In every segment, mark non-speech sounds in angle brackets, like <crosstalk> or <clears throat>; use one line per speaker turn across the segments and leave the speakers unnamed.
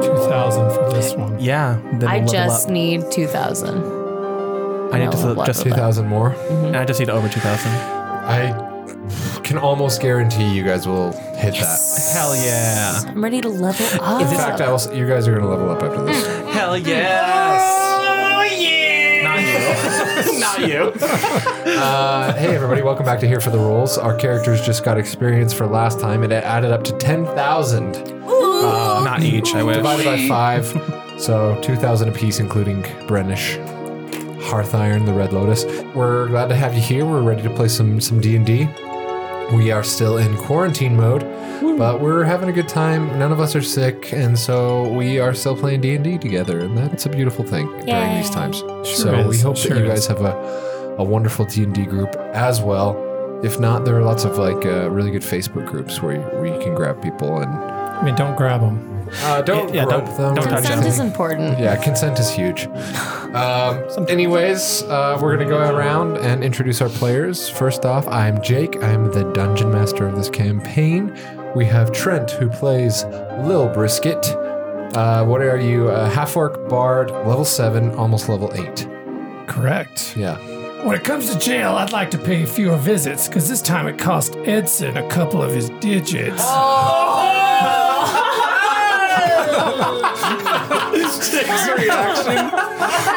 thousand for this one.
Yeah. Then
I
we'll level
just
up.
need 2,000.
I need to
I'll level
flip just
up.
two
But-
2,000 more.
thousand. I just need over two thousand.
I can almost guarantee you guys will hit
Hell yeah.
I'm ready to level
that.
up.
In fact, I will, s- you guys are going to level up after this.
Hell yes. Not you. <laughs> Not you.
Uh, hey, everybody, welcome back to Here for the Rolls. Our characters just got experience for last time, and it added up to 10,000
Not each. I wish.
divided by five. So 2,000 apiece, including Brenish. Hearth Iron, the Red Lotus. We're glad to have you here. We're ready to play some some D and D. We are still in quarantine mode, but we're having a good time. None of us are sick, and so we are still playing D and D together, and that's a beautiful thing during these
Yay.
times. so we
is,
hope
sure
that you guys
is.
have a a wonderful D and D group as well. If not, there are lots of like uh, really good Facebook groups where you, where you can grab people and
I mean, don't grab them.
uh, don't
Yeah,
grope
don't-
them.
don't
or
touch
Consent
Gotcha.
is important.
yeah, consent is huge. Um, anyways, uh, we're going to go around and introduce our players. First off, I'm Jake. I'm the dungeon master of this campaign. We have Trent, who plays Lil Brisket. Uh, what are you? Uh, Half orc bard, level 7, almost level 8.
Correct.
Yeah.
When it comes to jail, I'd like to pay fewer visits because this time it cost Edson a couple of his digits.
His reaction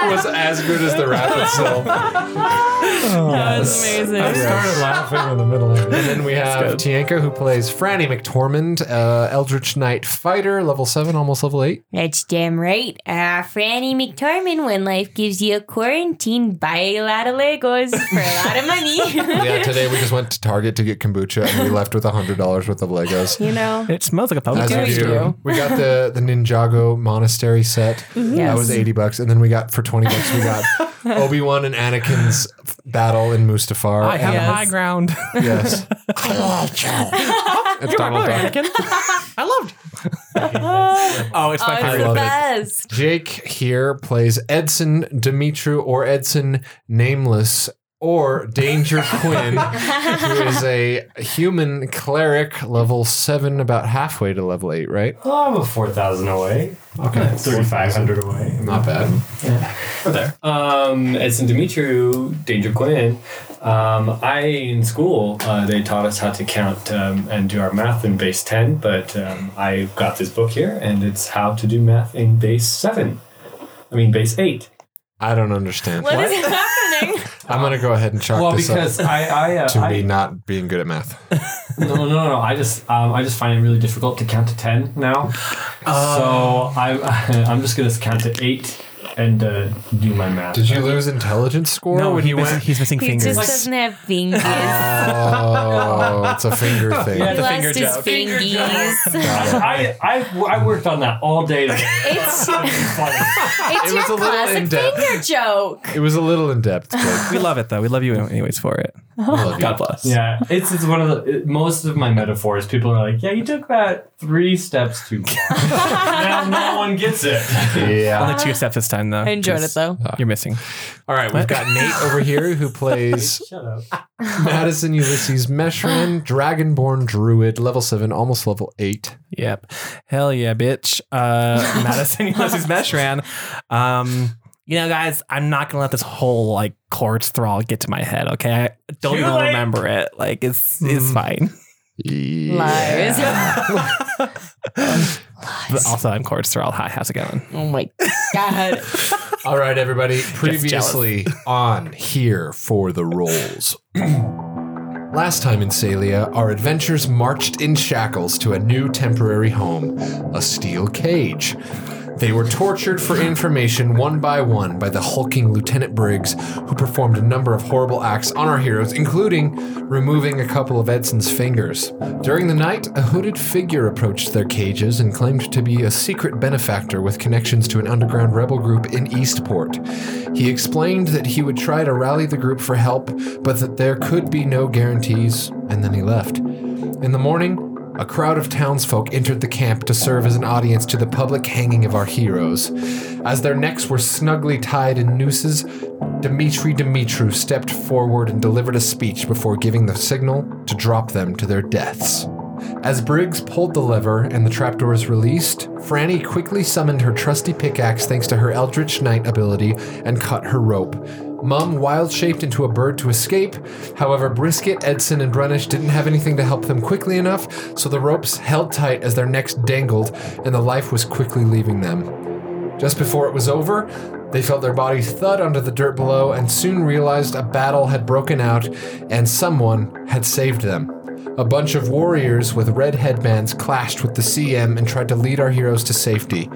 was as good as the <laughs> rap itself.
I started laughing in the middle of it.
Then
<laughs>
we have Tienka, who plays Franny McTormand, uh, Eldritch Knight fighter, level 7, almost level 8.
That's damn right. Uh, Franny McTorman, when life gives you a quarantine, buy a lot of Legos for a lot
<laughs>
of money.
Yeah, today we just went to Target to get kombucha and we left with hundred dollars worth of Legos.
you know?
It smells like a pumpkin.
we
do. Mm-hmm.
We got the the Ninjago monastery set. That was eighty bucks, and then we got for twenty bucks we
<laughs>
got Obi Wan and Anakin's f- battle in Mustafar.
I have Oh,
Yes.
high <laughs> ground.
yes. I love you. It's Donald Duck.
<laughs>
I loved. <laughs> oh, it's my
Oh, it's
favorite.
the
love it.
best.
Jake here plays Edson Dimitru or Edson Nameless or
<laughs>
Danger Quinn, who is a human cleric, level seven, about halfway to level eight, right?
Oh, I'm a 4,000 away. Okay. 3,500 away.
Not bad.
Um, at St. Dimitru, Danger Quinn, um, I, in school, uh, they taught us how to count um, and do our math in base 10, but um, I got this book here, and it's how to do math in base 7. I mean, base 8.
I don't understand.
what is happening?
I'm gonna go ahead and chalk this up
I, I, uh,
to me not being good at math.
no, no, no, no. I just, um, I just find it really difficult to count to ten now.
Uh.
so I, <laughs> I'm just gonna count to eight and uh, do my math.
Did you lose intelligence score
No,
when
he
you
miss-
went?
he's missing
He
fingers.
just doesn't have fingers.
Oh, it's a <laughs> finger thing.
he lost
finger
his
job.
fingies.
<laughs> I, I, I worked on that all day. Today.
it's it's
was a
your
little
classic
in-depth.
finger joke.
It was a little in depth. <laughs> But
We love it though. We love you anyways for it. God bless.
yeah, it's it's one of the it- most of my metaphors. People are like, "Yeah, you took that three steps too far." now no one gets it.
yeah.
Only two steps this time though.
I enjoyed it though.
You're missing.
All right, we've got Nate over here <laughs> who plays
Shut up.
Madison Ulysses Meshran, Dragonborn Druid, level seven, almost level eight.
Yep. Hell yeah, bitch. Uh,
<laughs>
Madison Ulysses Meshran. Um, you know, guys, I'm not gonna let this whole like chords thrall get to my head. Okay, I don't
Too
even
late. Mm.
remember it. Like it's it's fine.
Lies. <laughs>
But also, I'm chords thrall. Hi, how's it going?
Oh my god.
All right, everybody. Previously on Here for the Rolls. <clears throat> Last time in Salia, our adventurers marched in shackles to a new temporary home, a steel cage. They were tortured for information one by one by the hulking Lieutenant Briggs, who performed a number of horrible acts on our heroes, including removing a couple of Edson's fingers. During the night, a hooded figure approached their cages and claimed to be a secret benefactor with connections to an underground rebel group in Eastport. He explained that he would try to rally the group for help, but that there could be no guarantees, and then he left. In the morning, a crowd of townsfolk entered the camp to serve as an audience to the public hanging of our heroes. As their necks were snugly tied in nooses, Dimitri Dimitru stepped forward and delivered a speech before giving the signal to drop them to their deaths. As Briggs pulled the lever and the trapdoors released, Franny quickly summoned her trusty pickaxe thanks to her Eldritch Knight ability and cut her rope. Mum wild shaped into a bird to escape. However, Brisket, Edson, and Brunish didn't have anything to help them quickly enough, so the ropes held tight as their necks dangled and the life was quickly leaving them. Just before it was over, they felt their bodies thud under the dirt below and soon realized a battle had broken out and someone had saved them. A bunch of warriors with red headbands clashed with the CM and tried to lead our heroes to safety.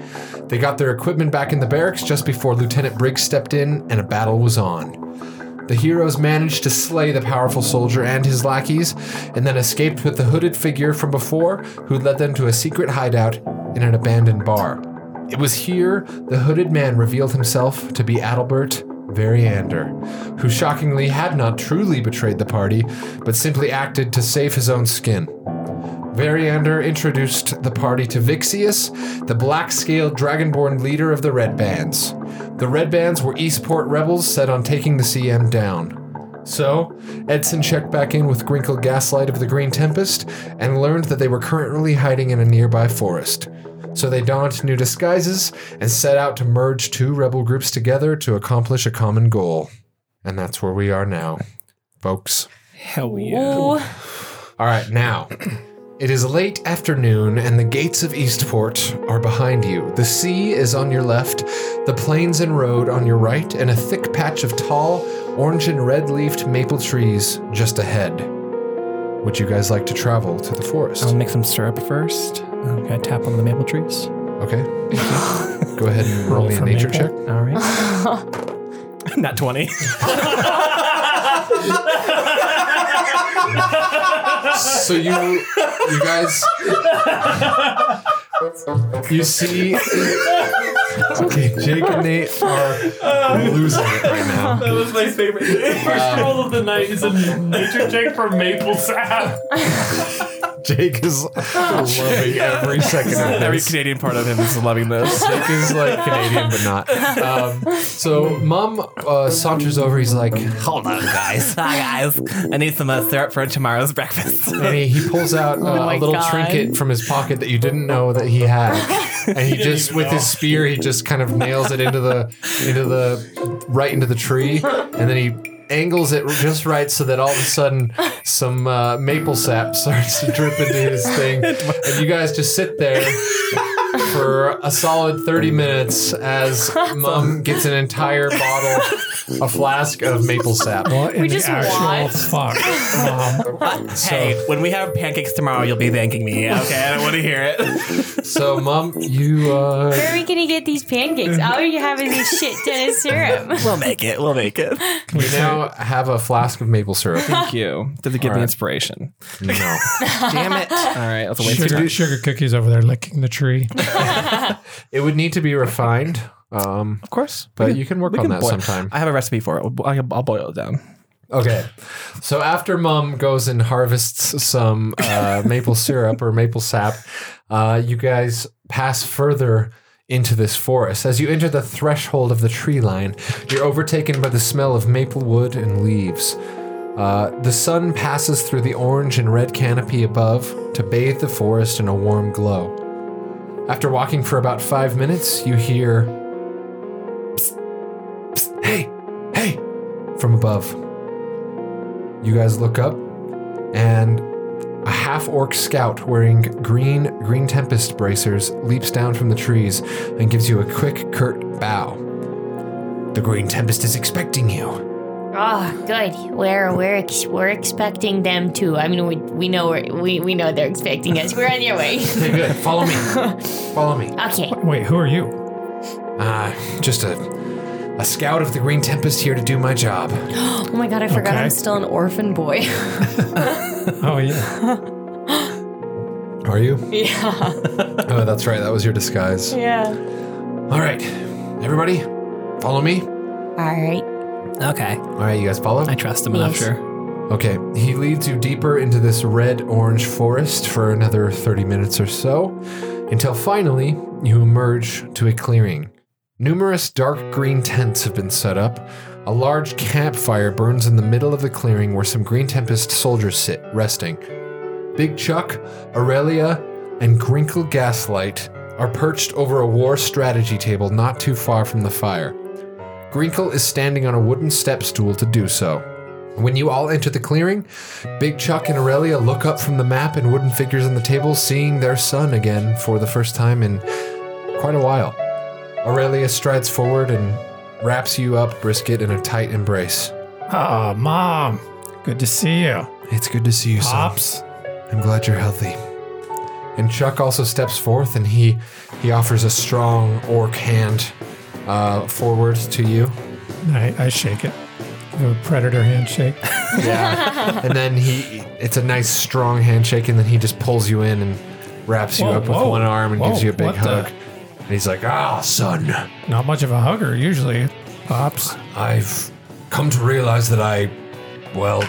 They got their equipment back in the barracks just before Lieutenant Briggs stepped in, and a battle was on. The heroes managed to slay the powerful soldier and his lackeys, and then escaped with the hooded figure from before, who led them to a secret hideout in an abandoned bar. It was here the hooded man revealed himself to be Adalbert Variander, who shockingly had not truly betrayed the party, but simply acted to save his own skin. Variander introduced the party to Vixius, the black scaled dragonborn leader of the Red Bands. The Red Bands were Eastport rebels set on taking the CM down. So, Edson checked back in with Grinkle Gaslight of the Green Tempest and learned that they were currently hiding in a nearby forest. So they donned new disguises and set out to merge two rebel groups together to accomplish a common goal. And that's where we are now, folks.
Hell
Ooh.
All right, now. It is late afternoon, and the gates of Eastport are behind you. The sea is on your left, the plains and road on your right, and a thick patch of tall, orange and red leafed maple trees just ahead. Would you guys like to travel to the
I'll
forest?
make some syrup first. Um, can I tap one of the maple trees?
Okay. Go ahead
<laughs>
and roll me a
for
nature
maple?
check.
All right.
<laughs>
Not 20.
So you, you guys, you
<laughs>
see. Okay, Jake and Nate are losing it right now.
That was my favorite. First
Um,
roll of the night is a nature check for maple sap.
Jake is loving every second of
Every
this.
Canadian part of him is loving this.
<laughs> Jake is like Canadian, but not. Um, so mom uh, saunters over. He's like,
Hold on, guys. Hi, guys. I need some uh, syrup for tomorrow's breakfast.
and he, he
<laughs>
pulls out uh,
Oh my
a little
God.
trinket from his pocket that you didn't know that
<laughs>
he had, and he, just
even
with
know.
his spear he just kind of nails it into the into the right into the tree, and then he angles it just right so that all of a sudden some uh, maple sap <laughs> starts to drip into his thing, and you guys just sit there. For a solid 30 minutes, as mom gets an entire bottle, a flask of maple sap.
What in
just
the actual
want-
fuck? Mom,
Hey, when we have pancakes tomorrow, you'll be thanking me. <laughs> Okay, I don't want to hear it.
So, mom, you uh,
Where are we gonna get these pancakes? All you have is a shit ton of <laughs> syrup.
We'll make it. We'll make it.
We now have a flask of maple syrup.
Thank you. Did it give me inspiration?
no.
Damn it. All right, let's wait.
sugar, sugar cookies over there licking the tree.
It would need to be refined. Um,
Of course.
But you can work on that
boil-
sometime.
I have a recipe for it. I'll bo- I'll boil it down.
okay. So after mom goes and harvests some uh, maple syrup or maple sap, uh, you guys pass further into this forest. As you enter the threshold of the tree line, you're overtaken by the smell of maple wood and leaves. Uh, the sun passes through the orange and red canopy above to bathe the forest in a warm glow. After walking for about five minutes, you hear, "Psst, psst, hey, hey, from above. You guys look up, and a half orc scout wearing green green tempest bracers leaps down from the trees and gives you a quick curt bow. The green tempest is expecting you.
Oh, good. We're we're ex- we're expecting them too. I mean, we we know we're, we we know they're expecting us. We're on your way. <laughs>
Okay, good. Follow me. <laughs> Follow me.
Okay.
Wait, who are you?
Uh, just a a scout of the green tempest here to do my job.
Oh my god, I forgot
Okay.
I'm still an orphan boy. <laughs>
Oh yeah,
Are you?
yeah.
Oh, that's right. That was your disguise.
Yeah.
All right, everybody, follow me.
All right.
Okay.
All right, you guys follow.
I trust him enough,
Yes.
sure.
Okay, he leads you deeper into this red orange forest for another 30 minutes or so until finally you emerge to a clearing. Numerous dark green tents have been set up. A large campfire burns in the middle of the clearing where some Green Tempest soldiers sit, resting. Big Chuck, Aurelia, and Grinkle Gaslight are perched over a war strategy table not too far from the fire. Grinkle is standing on a wooden step stool to do so. When you all enter the clearing, Big Chuck and Aurelia look up from the map and wooden figures on the table, seeing their son again for the first time in quite a while. Aurelia strides forward and wraps you up, Brisket, in a tight embrace.
Ah, Mom. Good to see you.
It's good to see you, son.
Pops.
I'm glad you're healthy. And Chuck also steps forth and he he offers a strong orc hand uh, forward to you.
I, I shake it. The predator handshake. <laughs>
Yeah. and then he it's a nice strong handshake and then he just pulls you in and wraps you
Whoa,
up with
whoa,
one arm and
whoa,
gives you a big
what
hug.
the-
And he's like, "Ah, son,
Not much of a hugger usually. Pops.
I've come to realize that I well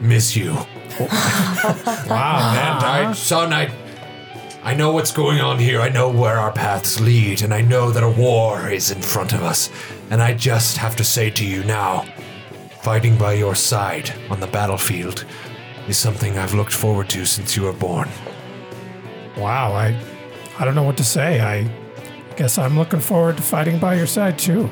miss you."
Wow, man.
I, son, I, I know what's going on here. I know where our paths lead, and I know that a war is in front of us. And I just have to say to you now, fighting by your side on the battlefield is something I've looked forward to since you were born.
Wow, I I don't know what to say. I guess I'm looking forward to fighting by your side too.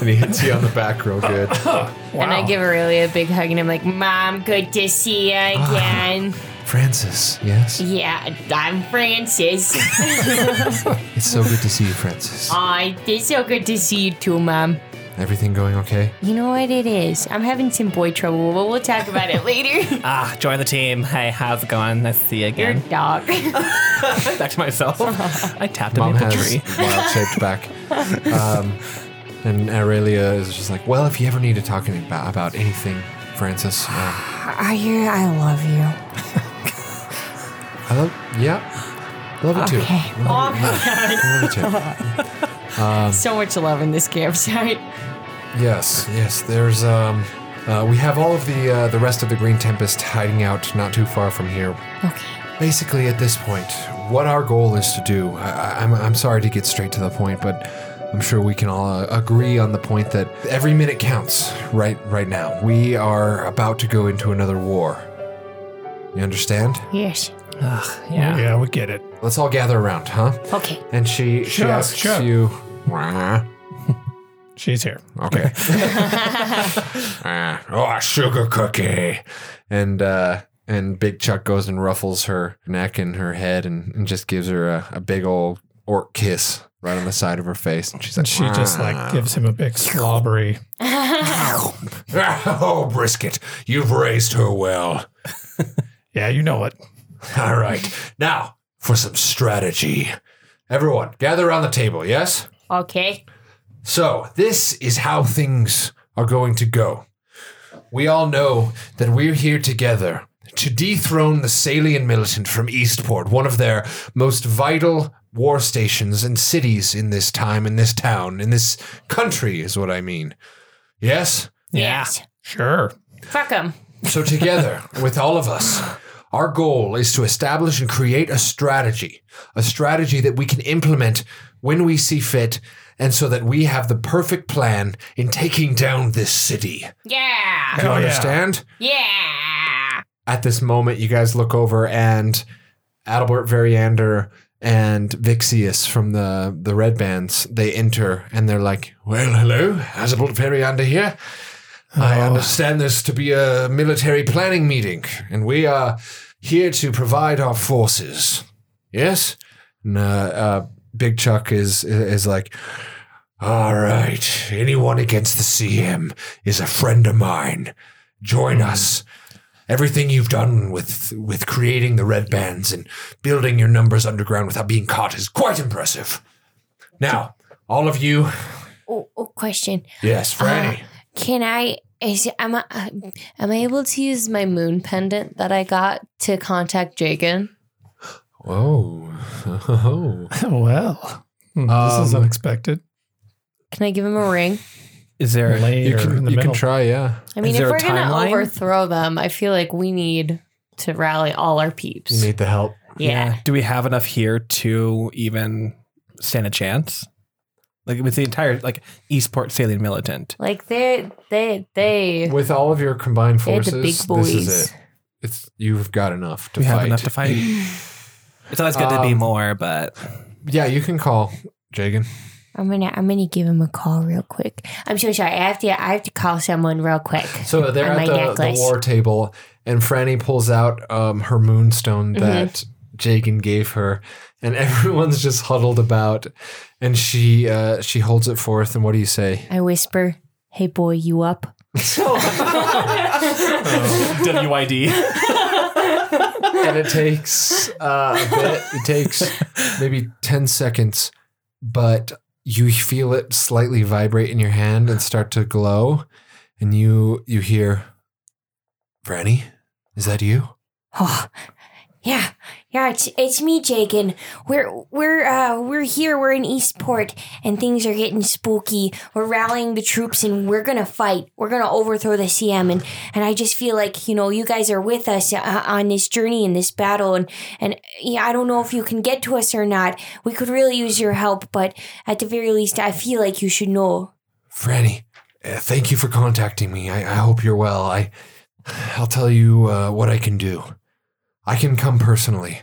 And he hits you on the back real
<laughs>
good.
And I give Aurelia a big hug and I'm like, Mom, good to see you again.
Francis, yes?
yeah, I'm Francis.
It's so good to see you, Francis.
Aw, it's so good to see you too, Mom.
Everything going okay?
You know what it is? I'm having some boy trouble, but we'll talk about <laughs> it later.
Ah, join the team. Hey, how's it going? Nice to see you
Your
again.
dog.
<laughs> Back to myself. I tapped a
Mom
maple
has
tree.
wild shaped
<laughs>
back. Um, and Aurelia is just like, well, if you ever need to talk any- about, about anything, Francis, um,
Are you? I love you.
I love, yeah, I love it too.
Okay. Oh my
I love it too.
god. So much love in this campsite.
Yes, yes. There's, um, uh, we have all of the uh, the rest of the Green Tempest hiding out not too far from here.
Okay.
Basically, at this point, what our goal is to do, I, I- I'm, I'm sorry to get straight to the point, but I'm sure we can all uh, agree on the point that every minute counts right, right now. We are about to go into another war. You understand?
Yes.
Ugh, yeah.
Yeah, we get it.
Let's all gather around, huh?
Okay.
And she, she
Sure,
asks
sure.
you.
She's here.
<laughs> Okay. Ah, oh, sugar cookie. And uh, and Big Chuck goes and ruffles her neck and her head and, and just gives her a, a big old orc kiss right on the side of her face. And she's like,
And she just like gives him a big slobbery.
<laughs> Oh, Brisket, you've raised her well.
Yeah, you know it.
All right. Now for some strategy. Everyone, gather around the table, yes?
Okay.
So, this is how things are going to go. We all know that we're here together to dethrone the Salian militant from Eastport, one of their most vital war stations and cities in this time, in this town, in this country, is what I mean. Yes?
Yes.
Sure.
Fuck him.
So, together with all of us, our goal is to establish and create a strategy, a strategy that we can implement when we see fit, and so that we have the perfect plan in taking down this city.
Yeah.
Do you
Hell yeah.
understand?
Yeah.
At this moment, you guys look over, and Adalbert Variander and Vixius from the, the Red Bands, they enter, and they're like, Well, hello, Adalbert Variander here. I understand this to be a military planning meeting, and we are here to provide our forces. Yes? And, uh, uh, Big Chuck is is like, all right. Anyone against the CM is a friend of mine. Join us. Everything you've done with with creating the red bands and building your numbers underground without being caught is quite impressive. Now, all of you,
Oh, oh, question. Uh,
yes, Franny.
Can I? Is am I uh, am I able to use my moon pendant that I got to contact Jagan?
Oh,
<laughs> well, hmm, this is
Um,
unexpected.
Can I give him a ring?
Is there
Later in the middle.
try, yeah.
I mean,
Is
if
there a
we're gonna
timeline?
overthrow them, I feel like we need to rally all our peeps.
You need the help.
yeah.
Do we have enough here to even stand a chance? Like with the entire like Eastport Salient militant.
Like they, they, they.
With all of your combined
They're the big
forces, this is
boys.
it. It's you've got enough to
We
fight.
have enough to fight. <laughs> It's always good to be
Um,
more, but
Yeah, you can call Jagan.
I'm gonna I'm gonna give him a call real quick. I'm so sorry. I have to I have to call someone real quick. <laughs>
So they're
On my
at the, the
necklace.
war table, and Franny pulls out um, her moonstone
Mm-hmm.
that Jagan gave her, and <laughs> everyone's just huddled about, and she uh, she holds it forth, and what do you say?
I whisper, "Hey boy, you up?"
WID.
and it takes uh, <laughs> a bit. It takes maybe ten seconds, but you feel it slightly vibrate in your hand and start to glow, and you you hear, Franny, is that you?
Oh, yeah, yeah. It's it's me, Jagan. We're we're uh we're here. We're in Eastport, and things are getting spooky. We're rallying the troops, and we're gonna fight. We're gonna overthrow the CM, and and I just feel like you know you guys are with us uh, on this journey in this battle, and and yeah, I don't know if you can get to us or not. We could really use your help, but at the very least, I feel like you should know.
Franny, uh, thank you for contacting me. I, I hope you're well. I, I'll tell you uh, what I can do. I can come personally.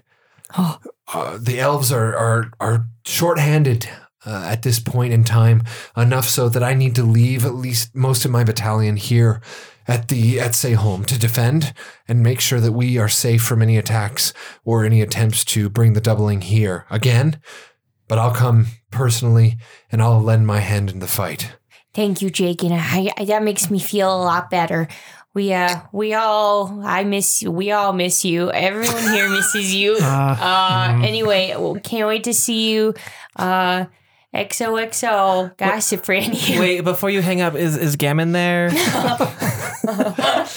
Oh.
Uh, the elves are are are shorthanded uh, at this point in time, enough so that I need to leave at least most of my battalion here at the at Sayholm to defend and make sure that we are safe from any attacks or any attempts to bring the doubling here again. But I'll come personally and I'll lend my hand in the fight.
Thank you, Jake, and I, I, that makes me feel a lot better. We uh, we all I miss we all miss you.
<laughs>
Everyone here misses you. Uh,
mm-hmm.
anyway, well, can't wait to see you. Uh, XOXO, gossip
<laughs>
Randy.
Wait, before you hang up, is is Gammon there?
Uh,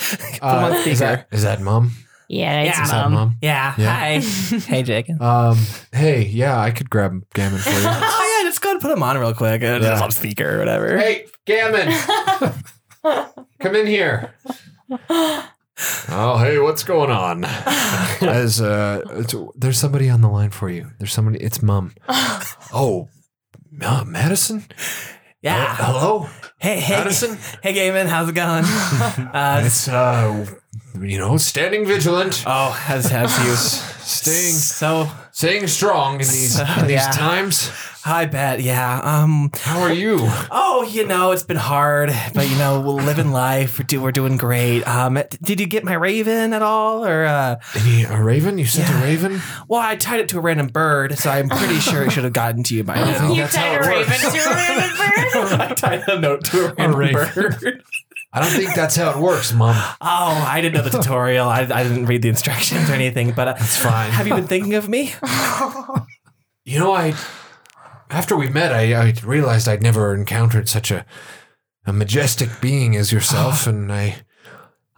on
Is
speaker.
that, is that mom?
Yeah, that's
Is that mom?
yeah.
Yeah.
Hi. hey, Jake.
Um, hey, yeah, I could grab Gammon for
<laughs>
you.
Oh yeah, just go ahead and put him on real quick. Uh, Just on speaker or
<laughs>
whatever.
hey,
<laughs>
Gammon, come in here. Oh, hey, what's going on? <laughs> As uh, it's, there's somebody on the line for you. There's somebody. It's mom.
<laughs>
Oh, uh, Madison.
Yeah.
Hello,
Hey, hey,
Madison.
<laughs> hey, Gaiman, how's it going? uh,
It's uh, you know, standing vigilant,
oh, has has you
staying,
so?
staying strong in these in these
<laughs> Yeah.
times.
I bet, yeah. Um,
How are you?
oh, you know, it's been hard, but you know, we're living life. We do, we're doing great. Um, d- did you get my raven at all, or uh?
Any a raven? You sent a raven?
Well, I tied it to a random bird, so I'm
<laughs>
pretty sure it should have gotten to you by now.
<laughs> You
That's how
tied a
it
raven
works.
<laughs>
to a bird.
I tied a note to a random bird.
I don't think that's how it works, Mom.
Oh, I didn't know the tutorial. I, I didn't read the instructions or anything, but uh,
It's fine.
have you been thinking of me?
You know, I after we met, I, I realized I'd never encountered such a a majestic being as
<sighs>
yourself, and I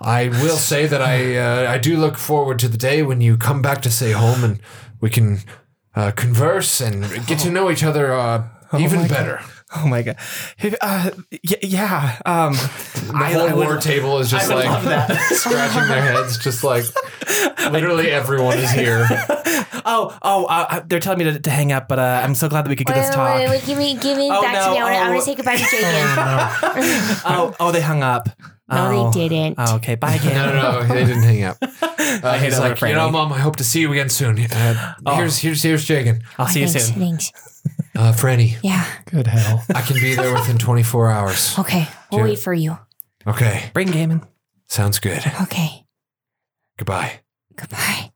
I will say that I uh, I do look forward to the day when you come back to say home and we can uh, converse and get to know each other uh, even better.
<laughs> Oh my god. Uh, y- yeah. Um,
The
I,
whole
I
war
would-
table is just
would
like
love that.
<laughs> scratching their heads, just
<laughs>
like literally everyone is here.
<laughs> oh, oh, uh, uh, they're telling me to, to hang up, but uh, I'm so glad that we could get this talk.
wait, wait, give me, give me
Oh,
back to
no,
me. I wanna, I
oh.
wanna say goodbye to
<laughs>
Jagan.
Oh, oh, they hung up.
No,
oh.
they didn't.
Oh, okay, bye again.
No, no,
<laughs>
no, they didn't hang up. Uh,
hate
he's
that
like,
little
you know,
Franny.
Mom, I hope to see you again soon. Uh, Here's here's here's Jagan.
I'll see you
Oh, thanks,
soon.
thanks.
Uh, Franny,
Yeah.
Good hell.
I can be there within 24 hours.
Okay. We'll
Sure.
wait for you.
<laughs> Okay,
Bring Gaiman.
sounds good.
Okay.
Goodbye.
<laughs>
Goodbye.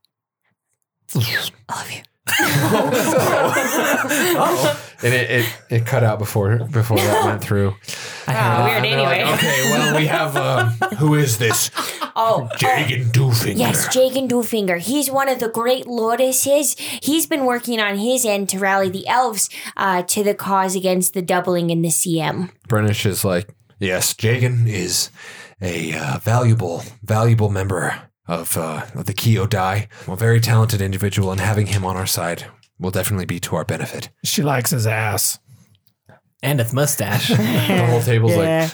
I love you.
And it, it, it cut out before before that went
<laughs>
through.
I hung up.
And
weird
they're like,
anyway.
okay, well, we have um, <laughs> who is this?
Oh, oh.
Jagan Doofinger.
Yes, Jagan Doofinger. He's one of the great lordises. He's been working on his end to rally the elves uh, to the cause against the doubling in the CM.
Brennish is like, yes, Jagan is a uh, valuable, valuable member of, uh, of the Kyo Dai. A very talented individual, and having him on our side will definitely be to our benefit.
She likes his ass.
And its mustache.
<laughs>
The whole table's like,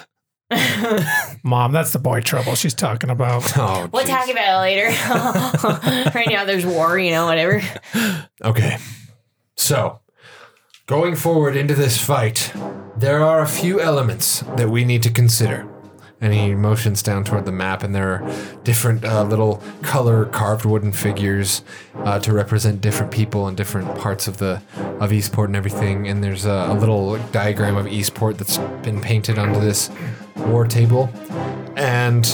Mom, that's the boy trouble she's talking about.
<laughs> oh,
We'll
jeez.
talk about it <laughs> later. right now, there's war, you know, whatever.
Okay. So, going forward into this fight, there are a few elements that we need to consider. And he motions down toward the map, and there are different uh, little color carved wooden figures uh, to represent different people in different parts of the of Eastport and everything. And there's a, a little diagram of Eastport that's been painted onto this war table. And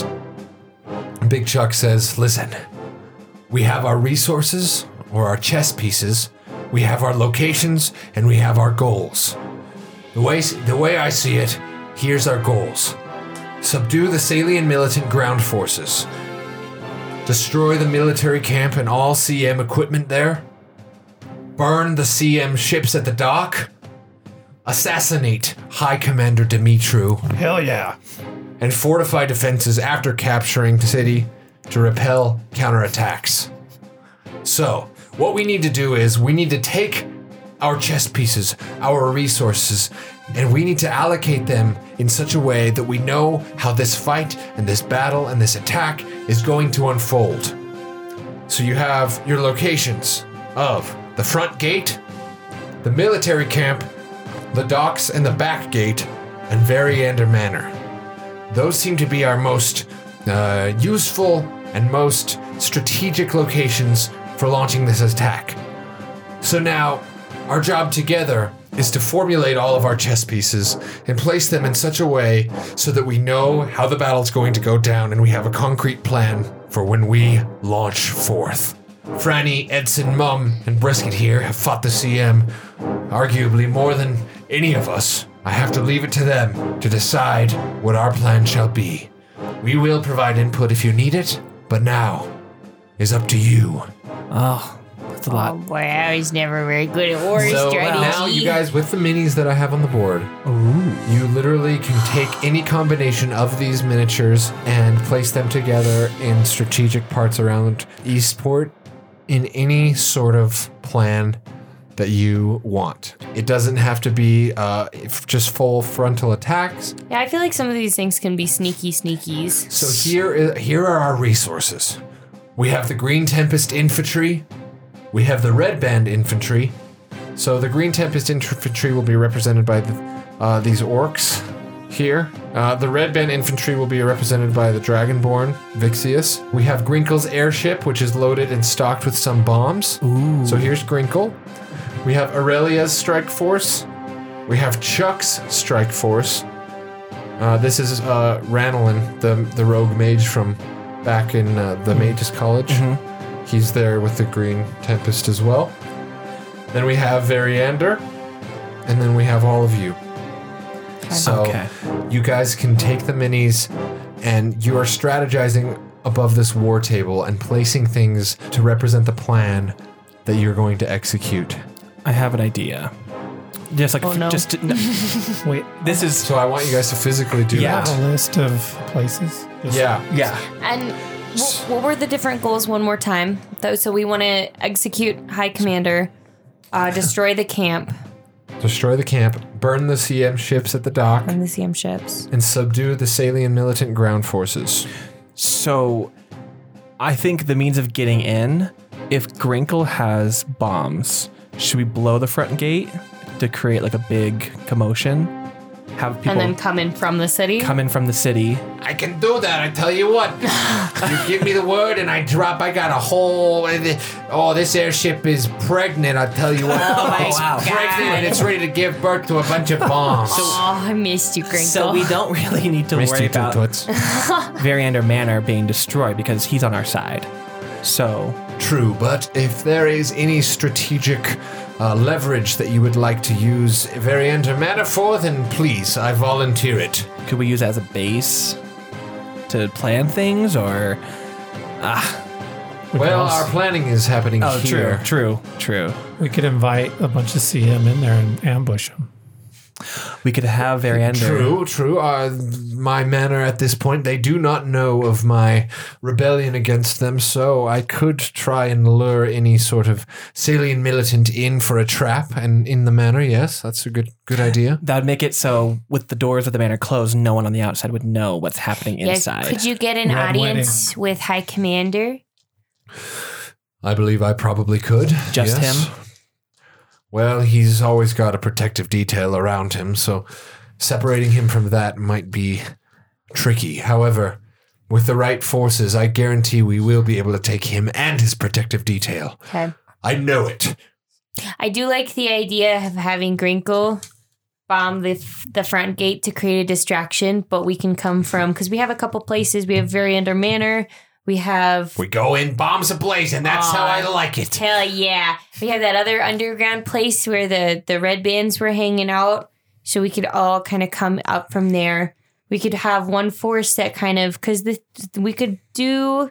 Big Chuck says, Listen, we have our resources or our chess pieces, we have our locations, and we have our goals. The way, the way I see it, here's our goals subdue the Salian militant ground forces, destroy the military camp and all CM equipment there, burn the CM ships at the dock, assassinate High Commander Dimitru
Hell yeah.
and fortify defenses after capturing the city to repel counterattacks. So, what we need to do is we need to take our chess pieces, our resources, and we need to allocate them in such a way that we know how this fight and this battle and this attack is going to unfold. So, you have your locations of the front gate, the military camp, the docks, and the back gate, and Variander Manor. Those seem to be our most uh, useful and most strategic locations for launching this attack. So now, our job together is to formulate all of our chess pieces and place them in such a way so that we know how the battle's going to go down and we have a concrete plan for when we launch forth. Franny, Edson, Mum, and Brisket here have fought the CM arguably more than any of us. I have to leave it to them to decide what our plan shall be. We will provide input if you need it, but now is up to you.
Oh, that's a
Oh
lot.
boy, I was never very good at war
So
strategy.
now you guys with the minis that I have on the board, you literally can take any combination of these miniatures and place them together in strategic parts around Eastport in any sort of plan that you want. It doesn't have to be uh, if- just full frontal attacks.
Yeah, I feel like some of these things can be sneaky sneakies.
So here i- here are our resources. We have the Green Tempest Infantry. We have the Red Band Infantry. So the Green Tempest Infantry will be represented by the, uh, these orcs here. Uh, the Red Band Infantry will be represented by the Dragonborn Vixius. We have Grinkle's airship, which is loaded and stocked with some bombs. Ooh. So here's Grinkle. We have Aurelia's strike force. We have Chuck's strike force. Uh, this is uh, Ranelin, the the rogue mage from back in uh, the Mages College. He's there with the Green Tempest as well. Then we have Variander, and then we have all of you. So
Okay.
you guys can take the minis, and you are strategizing above this war table and placing things to represent the plan that you're going to execute.
I have an idea. Just like,
Oh, no.
just
<laughs>
no.
Wait,
this is
So I want you guys to physically do
Yeah.
a
that.
list of places? Just-
Yeah.
yeah.
And what, what were the different goals one more time? Though, so we want to execute High Commander, uh, destroy the camp
Destroy the camp, burn the CM ships at the dock.
and the CM ships.
and subdue the Salian militant ground forces.
So I think the means of getting in, if Grinkle has bombs, should we blow the front gate to create like a big commotion? Have people
And then come in from the city.
come in from the city?
I can do that. I tell you what. you give me the word, and I drop. I got a whole. Oh, this airship is pregnant. I tell you what. Oh
my
it's
God.
pregnant, and it's ready to give birth to a bunch of bombs.
Oh, I missed you, Grinkle.
So we don't <laughs> really need to worry about Variander Manor being destroyed because he's on our side. So
True, but if there is any strategic uh, leverage that you would like to use, Variander Metaphor, then please, I volunteer it.
could we use that as a base to plan things or
We
Well,
could
our
also-
planning is happening here.
Oh, true, true, true.
we could invite a bunch of CM in there and ambush them.
We could have Variander
True, true. Uh, my manner at this point, they do not know of my rebellion against them, so I could try and lure any sort of Salian militant in for a trap. And in the manner, yes, that's a good good idea.
That would make it so with the doors of the manor closed, no one on the outside would know what's happening
Yeah,
inside.
could you get an
Red
audience with High Commander?
I believe I probably could.
Just
yes.
him?
Well, he's always got a protective detail around him, so separating him from that might be tricky. However, with the right forces, I guarantee we will be able to take him and his protective detail.
Okay.
I know it.
I do like the idea of having Grinkle bomb the f- the front gate to create a distraction, but we can come from because we have a couple places. We have Variander Manor. We have
We go in, bombs ablaze, and that's how I
Aw.
like it.
hell yeah. We have that other underground place where the the red bands were hanging out, so we could all kind of come up from there. We could have one force that kind of because the we could do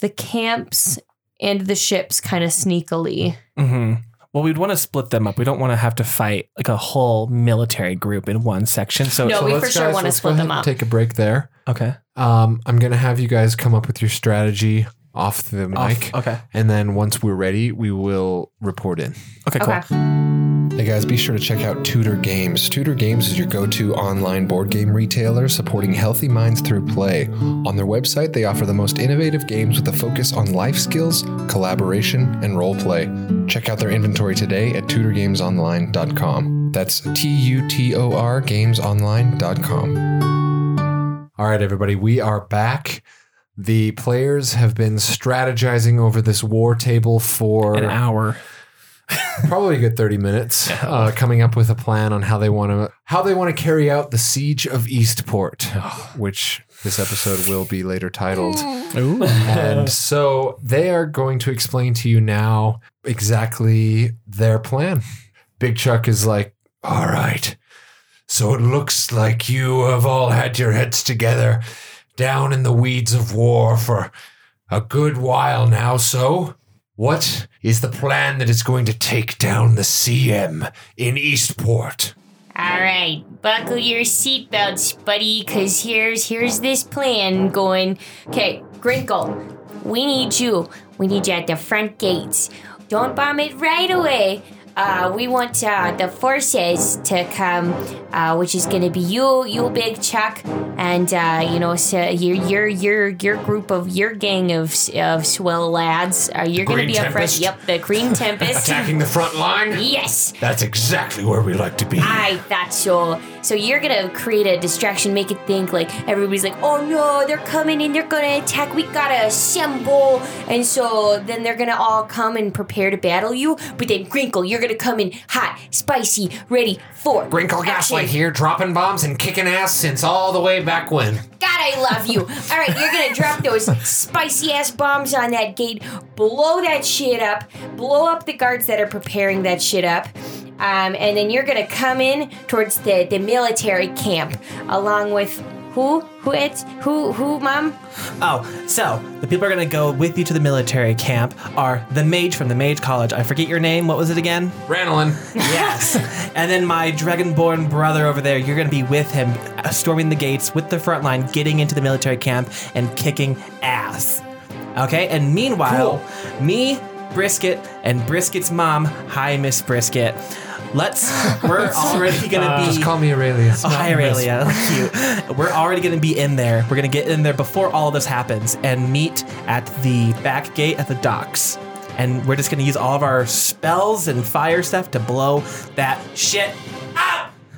the camps and the ships kind of sneakily.
hmm Well, we'd want to split them up. We don't want to have to fight like a whole military group in one section. So,
No. we
let's,
for sure wanna
let's go
split
ahead
them
and
up.
Take a break there.
okay.
Um, I'm gonna have you guys come up with your strategy off the mic,
Off. Okay.
and then once we're ready, we will report in.
Okay, cool.
Hey guys, be sure to check out Tudor Games. Tudor Games is your go to online board game retailer supporting healthy minds through play. On their website, they offer the most innovative games with a focus on life skills, collaboration, and role play. Check out their inventory today at tutorgamesonline.com. That's T U T O R gamesonline.com. All right, everybody, we are back. The players have been strategizing over this war table for
An hour.
probably a good 30 minutes uh, coming up with a plan on how they want to how they want to carry out the siege of eastport which this episode will be later titled
Ooh.
and so they are going to explain to you now exactly their plan big chuck is like all right so it looks like you have all had your heads together down in the weeds of war for a good while now so what is the plan that is going to take down the CM in Eastport?
All right, buckle your seatbelts, buddy, cause here's here's this plan going. Okay, Grinkle, we need you. We need you at the front gates. Don't bomb it right away. Uh, we want uh, the forces to come, uh, which is gonna be you, you big Chuck, and uh, you know so your your your your group of your gang of s- of swell lads. Uh, you're gonna
Green
be up front.
Tempest?
Yep, the
<laughs>
Green Tempest.
Attacking the front line?
yes.
That's exactly where we like to be.
I thought so. So you're gonna create a distraction, make it think like everybody's like, oh no, they're coming and they're gonna attack. We gotta assemble, and so then they're gonna all come and prepare to battle you. But then Grinkle, you're gonna come in hot, spicy, ready for
Wrinkle
action.
Gaslight here, dropping bombs and kicking ass since all the way back when.
God, I love you. All right, you're gonna drop those spicy ass bombs on that gate, blow that shit up, blow up the guards that are preparing that shit up. Um, and then you're gonna come in towards the, the military camp along with who? Who it's who who mom?
Oh, so the people are going to go with you to the military camp are the mage from the mage college. I forget your name. What was it again?
Ranelin,
Yes. <laughs> and then my dragonborn brother over there, you're going to be with him, uh, storming the gates with the front line, getting into the military camp and kicking ass. Okay? And meanwhile, me, Brisket, and Brisket's mom, hi, Miss Brisket. Let's,
<laughs>
we're already going to be.
Uh, just call me Aurelius.
Oh, hi, Aurelia. <laughs> Cute. We're already going to be in there. We're going to get in there before all of this happens and meet at the back gate at the docks. And we're just going to use all of our spells and fire stuff to blow that shit.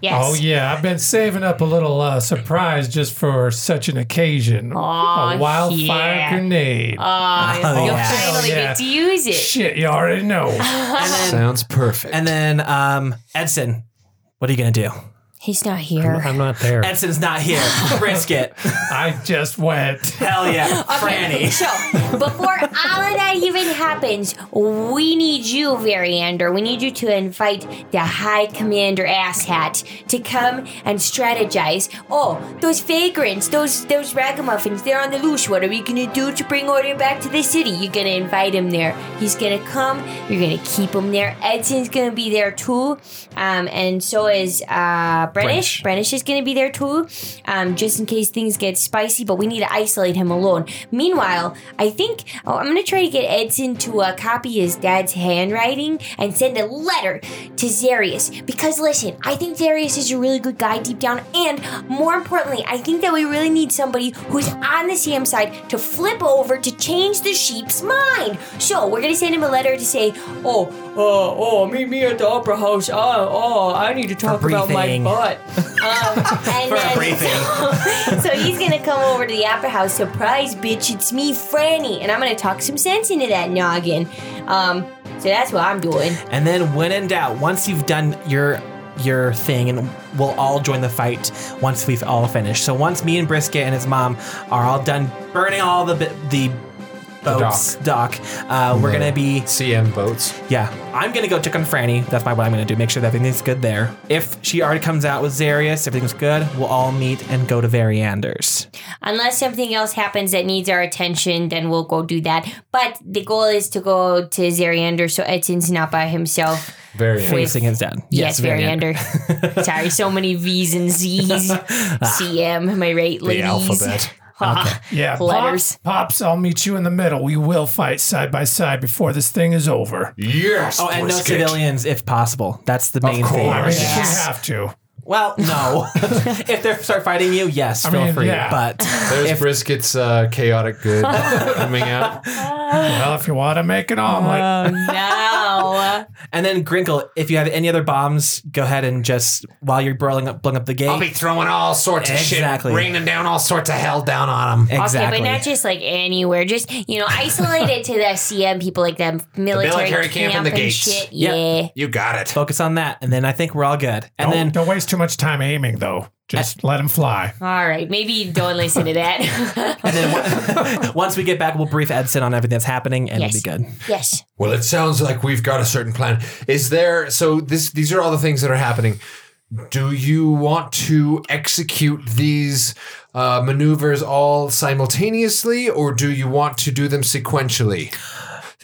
Yes.
Oh yeah, I've been saving up a little uh, surprise just for such an occasion. a wildfire
yeah.
grenade.
Oh,
You'll
yeah.
finally
Hell yeah.
get to use it.
Shit, you already know.
Sounds perfect.
And then, um, Edson, what are you going to do?
He's not here.
I'm not there.
Edson's not <laughs> here. Brisket.
I just went. <laughs>
Hell yeah.
Okay,
Franny.
<laughs> So, before all of that even happens, we need you, Variander. We need you to invite the High Commander Asshat to come and strategize. Oh, those vagrants, those those ragamuffins, they're on the loose. What are we gonna do to bring order back to the city? You're gonna invite him there. He's gonna come. You're gonna keep him there. Edson's gonna be there too, um, and so is uh, Brenish. Brenish is gonna be there too, um, just in case things get spicy. But we need to isolate him alone. Meanwhile, I think oh, I'm gonna try to get Edson to uh, copy his dad's handwriting and send a letter to Zarius. Because listen, I think Zarius is a really good guy deep down, and more importantly, I think that we really need somebody who's on the Sam side to flip over to change the sheep's mind. So we're gonna send him a letter to uh, say, "Oh, oh, oh, meet me at the opera house. Oh, oh, I need to talk about my
briefing.
boss." foot. Um, and
For
then,
everything.
So, so he's gonna come over to the opera house. Surprise, bitch! It's me, Franny, and I'm gonna talk some sense into that noggin. Um, so that's what I'm doing.
And then when in doubt, once you've done your your thing and we'll all join the fight once we've all finished. So once me and Brisket and his mom are all done burning all the bi- the boats dock, uh, we're gonna be
CM boats.
yeah. I'm gonna go check on Franny. That's my what I'm gonna do. Make sure that everything's good there. If she already comes out with Zarius, everything's good. We'll all meet and go to Variander's.
Unless something else happens that needs our attention, then we'll go do that. But the goal is to go to Zeriander so Etin's not by himself.
Very nice.
Facing his dad.
Yes, Variander. Sorry, so many V's and Z's. CM, am I right,
The
ladies?
alphabet.
<laughs> Ha.
Yeah, Pops,
Letters.
Pops, I'll meet you in the middle. We will fight side by side before this thing is over.
Yes.
Oh, and no
brisket.
civilians if possible. That's the main thing.
I mean,
course.
if you have to.
Well,
<laughs>
no. <laughs> if they start fighting you, yes, feel
mean,
free.
yeah.
But
<laughs>
There's brisket's uh, chaotic good
<laughs>
coming out.
Well, if you want to make an omelet,
No.
and then Grinkle, if you have any other bombs, go ahead and just while you're blowing up, blowing up the gate.
I'll be throwing all sorts of
Exactly.
shit, raining down all sorts of hell down on them.
exactly.
Okay, but not just like anywhere. Just you know, isolated to the CM people, like the military,
military camp and the gates.
shit.
Yep.
You got it.
Focus on that, and then I think we're all good. And
don't,
then
don't waste too much time aiming, though. Just let him fly.
Yeah. All right. Maybe you don't listen
<laughs>
to that.
and then on- <laughs> once we get back, we'll brief Edson on everything that's happening, and
Yes.
it'll be good.
yes.
Well, it sounds like we've got a certain plan. Is there so this these are all the things that are happening. Do you want to execute these uh, maneuvers all simultaneously or do you want to do them sequentially?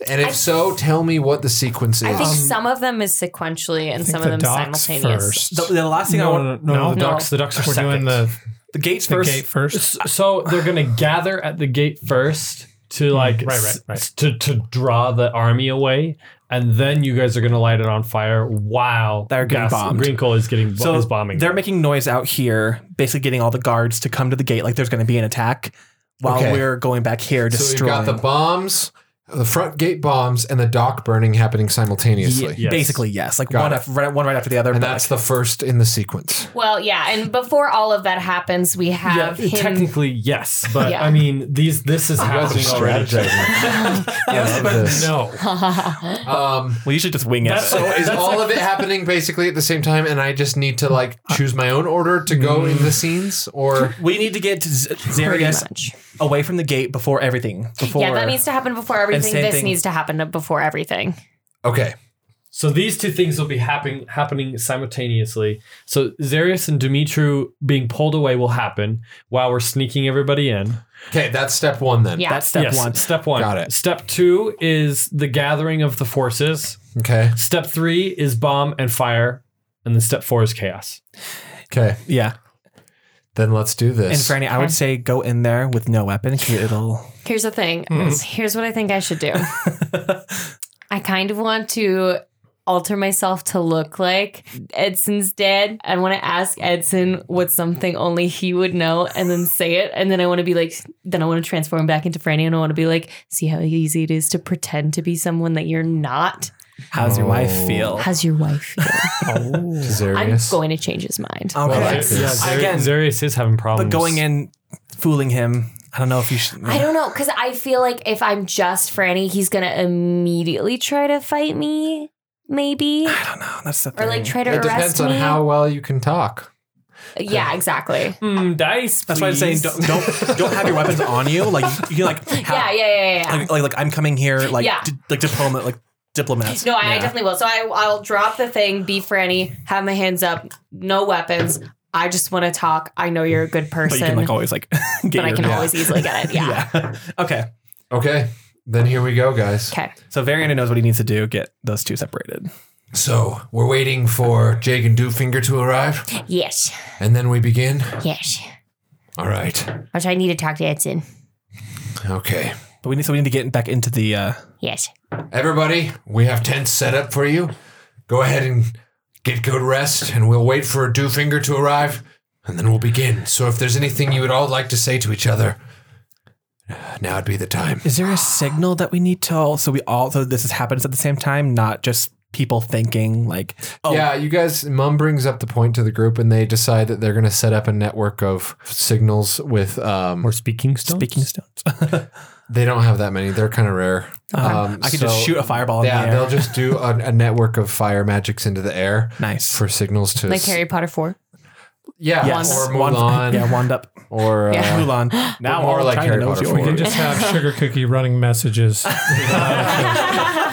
And if so, tell me what the sequence is.
I think some of them is sequentially and some
the
of them
docks
simultaneous.
first.
The, the last thing I
No,
want
no, no, no,
No?
the ducks. The ducks are
We're
second.
doing the,
the gates
the
first.
gate first.
So they're gonna gather at the gate first to like
Mm, right,
s-
right.
s- to to draw the army away, and then you guys are gonna light it on fire. Wow,
They're getting bombed.
Grinkle is getting
So
is bombing.
they're
them.
making noise out here, basically getting all the guards to come to the gate, like there's going to be an attack. While
Okay.
we're going back here,
so we've
destroying.
got the bombs, the front gate bombs, and the dock burning happening simultaneously.
Ye-
Yes.
Basically, yes. Like
Got
one,
it.
af- right, one right after the other.
And
but
that's
like-
the first in the sequence.
Well, yeah, and before all of that happens, we
yeah,
have him.
technically yes, but
Yeah.
I mean these this is happening already. <laughs>
<laughs>
I love this.
No,
Um,
we usually just wing it.
<laughs>
<laughs>
So is all of it happening basically at the same time, and I just need to like choose my own order to go in the scenes,
<laughs>
or
We need to get Z-
Pretty
Zarius
much.
away from the gate before everything. Before
yeah, that needs to happen before everything.
same
This
thing-
needs to happen before everything.
okay,
So these two things will be happening happening simultaneously. So Zarius and Dimitru being pulled away will happen while we're sneaking everybody in.
okay, that's step one then.
Yeah.
that's step
Yes,
one.
Step one.
Got it.
Step two is the gathering of the forces.
Okay,
Step three is bomb and fire. And then step four is chaos.
okay,
Yeah.
then let's do
And
this. <laughs>
Franny, I would say go in there with no weapon. 'cause It'll.
Here's the thing. Here's what I think I should do. I kind of want to alter myself to look like Edson's dad. I want to ask Edson what something only he would know and then say it. And then I want to be like, then I want to transform back into Franny and I want to be like, see how easy it is to pretend to be someone that you're not.
How's your wife feel?
How's your wife feel?
Oh.
I'm
Zarius.
going to change his mind.
Well,
Okay.
I- yeah,
Zari-
Again,
Zarius is having problems.
but going in, fooling him. I don't know if you should.
I don't know, because I feel like if I'm just Franny, he's going to immediately try to fight me, maybe,
I don't know. oh, That's the thing.
or like try to
It
arrest
depends on
me.
how well you can talk.
yeah, exactly.
Mm, dice.
That's why I'm saying
please. <laughs>
don't don't, don't have your weapons on you. Like you can like
<laughs> Yeah,
have,
yeah, yeah, yeah. yeah.
like, like like I'm coming here like
Yeah.
di- like diplomat like diplomats.
No, I, I
Yeah.
definitely will. So I, I'll drop the thing, be Franny, have my hands up, no weapons. I just want to talk. I know you're a good
But you can
person,
like always like <laughs> get
but I
your-
can always easily get it. Yeah.
yeah. <laughs> Okay.
Okay, then here we go, guys.
Okay.
So Varian knows what he needs to do. Get those two separated.
So we're waiting for Jake and Doofinger to arrive,
Yes.
and then we begin.
Yes.
All right,
Also, I need to talk to Edson.
okay.
But we need so we need to get back into the uh
Yes. <laughs>
Everybody, we have tents set up for you. Go ahead and get good rest, and we'll wait for a Dewfinger to arrive, and then we'll begin. So if there's anything you would all like to say to each other, uh, now'd be the time.
Is there a signal that we need to all so we all so this is happens at the same time, not just people thinking like, oh,
Yeah, you guys. Mum brings up the point to the group, and they decide that they're going to set up a network of signals with. Um,
Or speaking stones.
speaking stones.
they don't have that many; they're kind of rare. Um,
Uh-huh. <laughs> I could just
so-
shoot a fireball.
Yeah,
Yeah, in the air.
they'll just
<laughs>
do a, a network of fire magics into the air
nice.
for signals to.
Like
s-
Harry Potter 4.
yeah,
Yes.
or
Wand-
Mulan,
<laughs> yeah, wand up.
or uh, <laughs>
Yeah.
Mulan. Now
more
all
like
China
Harry
knows
Potter
you.
for
We can just have sugar cookie running messages.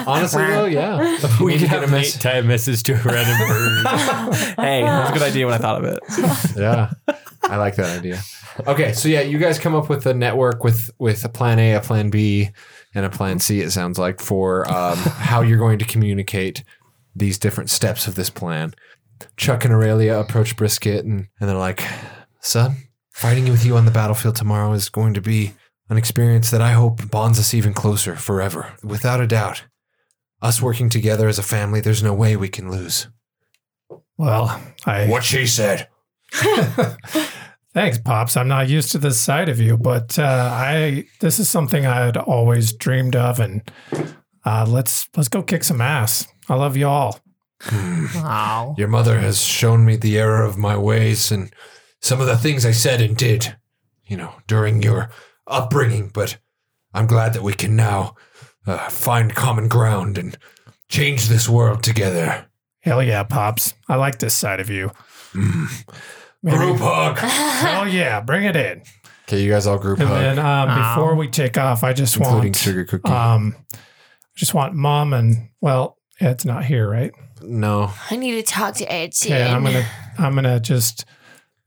honestly though, yeah, we need to get a mess-
time message to a random
<laughs>
bird.
<laughs> Hey, that's a good idea when I thought of it.
<laughs> yeah i like that idea okay so yeah you guys come up with a network with with a plan a a plan b and a plan c it sounds like for um, <laughs> how you're going to communicate these different steps of this plan chuck and aurelia approach brisket and, and they're like son fighting with you on the battlefield tomorrow is going to be an experience that i hope bonds us even closer forever without a doubt us working together as a family there's no way we can lose
well, I
what she said
Thanks, Pops. I'm not used to this side of you, but uh, I this is something I had always dreamed of, and uh, let's let's go kick some ass. I love you all.
Your mother has shown me the error of my ways and some of the things I said and did, you know, during your upbringing, but I'm glad that we can now uh, find common ground and change this world together.
Hell yeah, Pops. I like this side of you. Maybe-
Group hug!
Hell yeah, bring it in.
Okay, you guys all group
And then um, before we take off, I just want
cookie.
um, I just want mom and well, Ed's not here, right?
no.
I need to talk to Ed.
Okay, I'm gonna I'm gonna just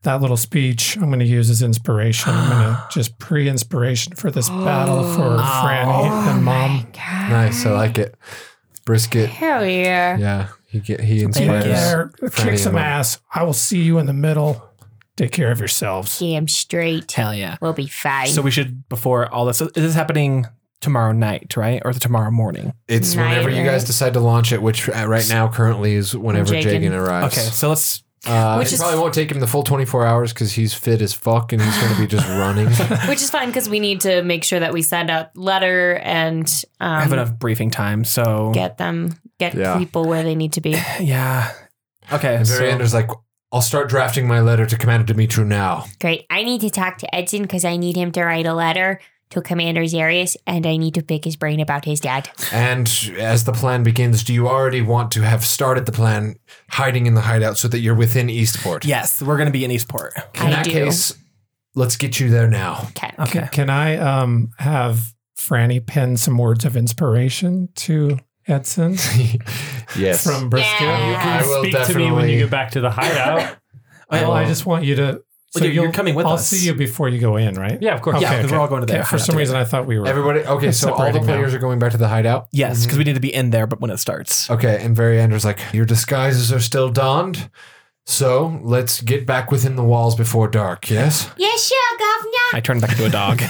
that little speech I'm gonna use as inspiration. I'm gonna just pre-inspiration for this battle for Franny and Mom.
Nice, I like it. Brisket,
Hell yeah.
yeah, he get he
Get there,
Franny
kick some
and Mom.
ass. I will see you in the middle. Take care of yourselves.
Damn straight.
Hell yeah.
We'll be fine.
So we should before all this. so This is happening tomorrow night, right, or tomorrow morning?
It's whenever you guys decide to launch it, which uh, right now currently is whenever
Jagan.
Jagan arrives.
Okay, so let's.
Uh,
Which
it
is-
probably won't take him the full 24 hours because he's fit as fuck and he's going to be just running.
Which is fine because we need to make sure that we send out letter and
I have
um,
enough briefing time, so
get them, get
Yeah.
people where they need to be.
<sighs> yeah. Okay,
And
so-
Variander's like, I'll start drafting my letter to Commander Dimitru now.
Great. I need to talk to Edson because I need him to write a letter to Commander Zarius and I need to pick his brain about his dad.
And as the plan begins, do you already want to have started the plan hiding in the hideout so that you're within Eastport?
yes, we're gonna be in Eastport.
In that case, let's get you there now.
Okay,
Can, can I um have Franny pen some words of inspiration to Edson
yes.
from Brisket?
I
I will
Speak
definitely.
to me when you get back to the hideout.
Okay,
Oh, Well, I
will-
just want you to.
Well, you're- you're
you'll-
coming with
I'll
us.
see you before you go in, right?
yeah, of course.
Okay,
<laughs> yeah, 'cause
okay.
we're all going to the
Okay, for
hideout
some
together.
reason, I thought we were.
Everybody, okay, so all the
Separating now.
players are going back to the hideout.
Yes, because we need to be in there, but when it starts,
Okay, and Variander's like, Your disguises are still donned, so let's get back within the walls before dark, yes?
Yes, sure, Governor.
I turn back into a dog.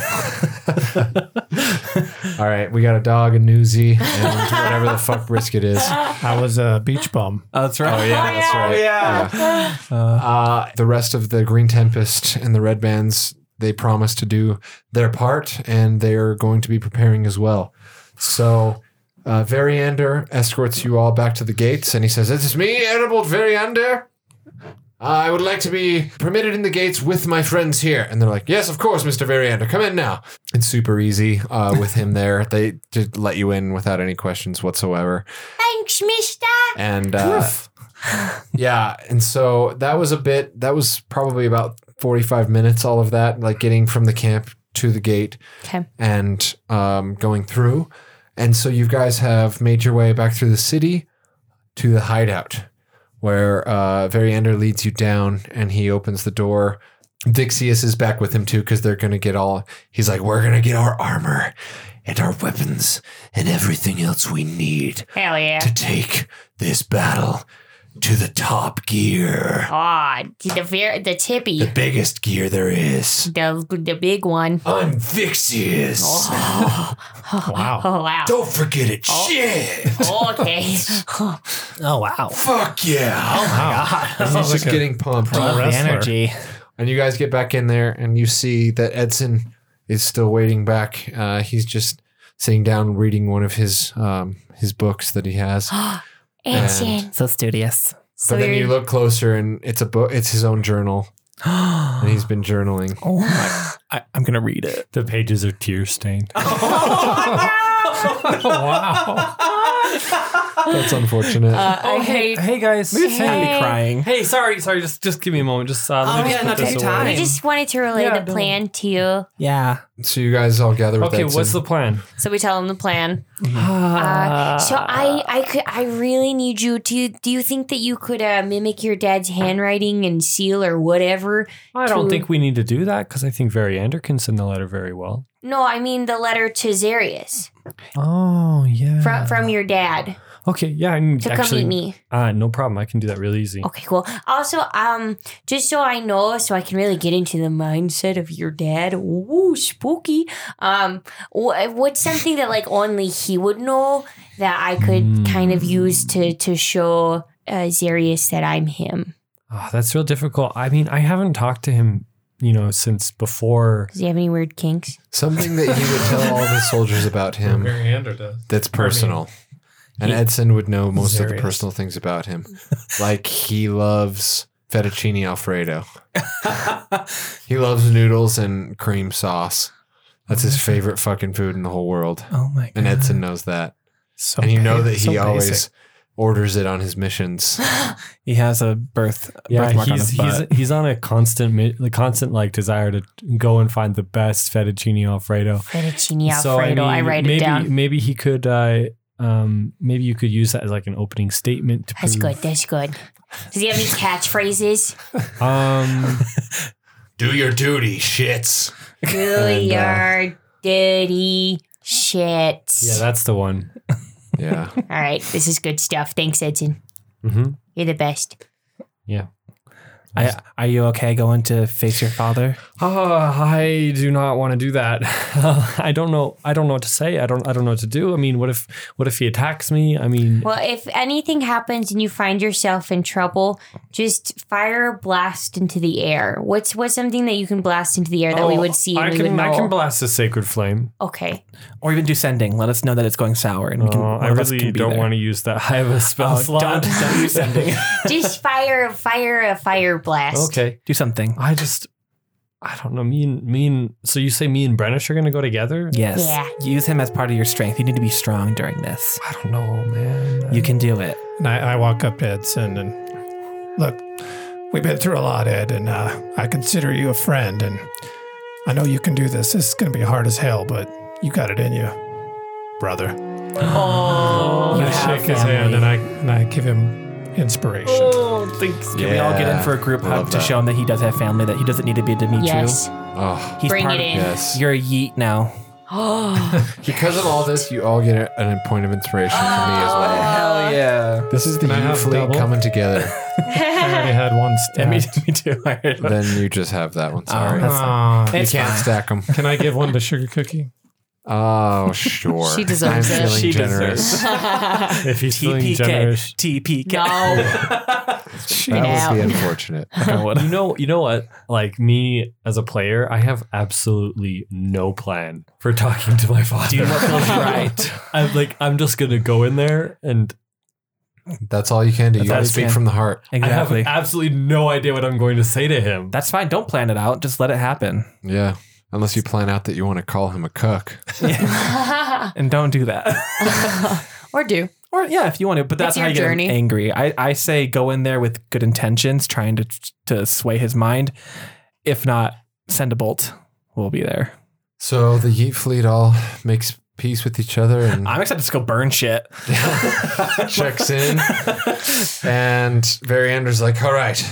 <laughs>
All right, we got a dog, a newsie, and whatever the fuck brisket is. Oh,
I was a beach
<laughs>
bum.
Oh, that's right.
yeah, that's right. Yeah. Uh, the rest of the Green Tempest and the Red Bands, they promise to do their part, and they're going to be preparing as well. So. Uh, Variander escorts you all back to the gates, and he says, "It is me, Erebold Variander. I would like to be permitted in the gates with my friends here." And they're like, "Yes, of course, Mister Variander. Come in now." It's super easy uh, with him there. They just let you in without any questions whatsoever.
Thanks, mister.
And uh, yeah, and so that was a bit. That was probably about forty-five minutes. All of that, like getting from the camp to the gate,
Okay.
and um, going through. And so you guys have made your way back through the city to the hideout, where uh, Variander leads you down, and he opens the door. Dixius is back with him too, because they're gonna get all. He's like, "We're gonna get our armor, and our weapons, and everything else we need."
Hell yeah.
to take this battle to the top gear,
Aw, the ver- the tippy,
the biggest gear there is.
the the big one. <laughs>
I'm Vixius.
Wow.
Oh wow.
<laughs> Don't forget it. Shit.
Okay.
Oh wow.
Fuck
Oh.
<laughs> yeah.
Wow.
<laughs>
This
He's
sounds
just
like a
getting pumped.
pro
The
wrestler.
energy.
And you guys get back in there and you see that Edson is still waiting back. Uh, he's just sitting down reading one of his um, his books that he has.
Edson.
So studious.
So
But then you
you're-
look closer, and it's a book. It's his own journal, and
oh
he's been journaling.
my! I, I'm gonna read
<laughs>
it.
The pages are tear stained. wow.
That's unfortunate.
Uh, I
<laughs>
hate.
Hey guys,
Maybe it's Hey.
Happy crying.
Hey, sorry, sorry. Just, just give me a moment. Just uh, let
Oh,
me
yeah,
just
no,
put this
take
away.
time.
I
I
Fine.
just wanted to relate
Yeah, don't-
a plan to you.
Yeah.
so you guys all gather. With
Okay, what's the plan?
So we tell him the plan.
Uh, so I, I could, I really need you to. Do you think that you could uh, mimic your dad's handwriting and seal or whatever?
I don't
to-
think we need to do that because I think Variander can send the letter very well.
No, I mean the letter to Zarius
Oh yeah.
from from your dad
okay, yeah. I need
to
to actually,
come meet me. Oh.
Uh, no problem. I can do that really easy.
Okay, cool. Also, um, just so I know, so I can really get into the mindset of your dad. Ooh, spooky. Um, wh- what's something that like only he would know that I could
Hmm.
kind of use to to show uh, Zarius that I'm him?
Oh, that's real difficult. I mean, I haven't talked to him, you know, since before.
Does he have any weird kinks?
something that he would tell all the soldiers about him?
Mariander does.
That's personal. And
He-
Edson would know most of the
Serious.
personal things about him. like he loves fettuccine alfredo.
Uh,
he loves noodles and cream sauce. That's his favorite fucking food in the whole world.
Oh my god.
And Edson knows that.
So
and you know
ba-
that he
so
always
basic.
orders it on his missions.
he has a birth
Yeah,
birthmark on
he's
his
he's,
butt.
he's on a constant, mi- the constant like desire to go and find the best fettuccine alfredo.
Fettuccine Alfredo. I,
mean,
write
maybe,
it down.
Maybe he could. Uh, um, maybe you could use that as like an opening statement. To
That's good.
prove-
That's good. Does he
<laughs>
have any catchphrases?
<laughs>
Um,
<laughs> Do your duty, shits.
Do
And, uh,
your dirty shit.
yeah, that's the one.
<laughs> Yeah.
<laughs> All right, this is good stuff. Thanks, Edson.
hmm
You're the best.
Yeah.
I, are you okay going to face your father?
Oh, I do not want to do that. <laughs> I don't know. I don't know what to say. I don't. I don't know what to do. I mean, what if? What if he attacks me? I mean,
Well, if anything happens and you find yourself in trouble, just fire a blast into the air. What's what's something that you can blast into the air that we
oh,
would see and
I
we
can.
would know?
I can blast a sacred flame.
okay.
Or even do sending. Let us know that it's going sour and we can.
Oh, I really don't want to use that. <laughs> I have a spell
Oh,
slot.
don't, don't
<laughs>
do sending.
<laughs>
just fire fire a fire blast.
okay.
do something.
I just. I don't know. Me and me and so you say me and Brennish are gonna go together?
Yes.
Yeah.
Use him as part of your strength. You need to be strong during this.
I don't know, man.
You can do it.
And I, I walk up to Edson and look, we've been through a lot, Ed, and uh, I consider you a friend. And I know you can do this. This is going to be hard as hell, but you got it in you, brother.
Oh,
And I shake his hand and I, and I give him inspiration.
Oh. Can we all get in for a group hug
Love
to
that.
show him that he does have family, that he doesn't need to be a Dimitri?
<laughs>
Yes.
Oh,
He's
Bring
part
it in.
yes.
You're a yeet now.
because of all this, you all get a, an point of inspiration from me as
Ah.
well.
Hell yeah.
This is the
Can I
U
have
fleet
double?
coming together.
I already had one
Yeah, me,
stacked.
<laughs>
me too. I heard that.
then you just have that one. Sorry.
Oh, that's-
Aw,
you
It's
can't
fine.
stack them.
can I give one to Sugar Cookie?
<laughs>
Oh, sure.
She deserves
I'm
it.
feeling
She
generous.
if he's feeling generous,
TPK. TPK.
No.
That would be unfortunate.
<laughs>
you know, you know what? Like me as a player, I have absolutely no plan for talking
<laughs>
to my father.
Do what feels right.
<laughs> I'm like, I'm just gonna go in there, and
That's all you can do. You
That's all
gotta
you
speak
can.
from the heart.
<laughs> Exactly.
I have absolutely no idea what I'm going to say to him.
That's fine. Don't plan it out. Just let it
<laughs>
happen.
Yeah. Unless you plan out that you want to call him a cuck.
And don't do that.
<laughs>
<laughs>
or do.
Or yeah, if you want to, but that's
It's your
how you get him
journey.
angry. I, I say go in there with good intentions, trying to to sway his mind. If not, send a bolt. We'll be there.
So the Yeet fleet all makes peace with each other
<laughs>
and <laughs>
I'm excited to go burn shit.
checks in. and Variander's like, all right,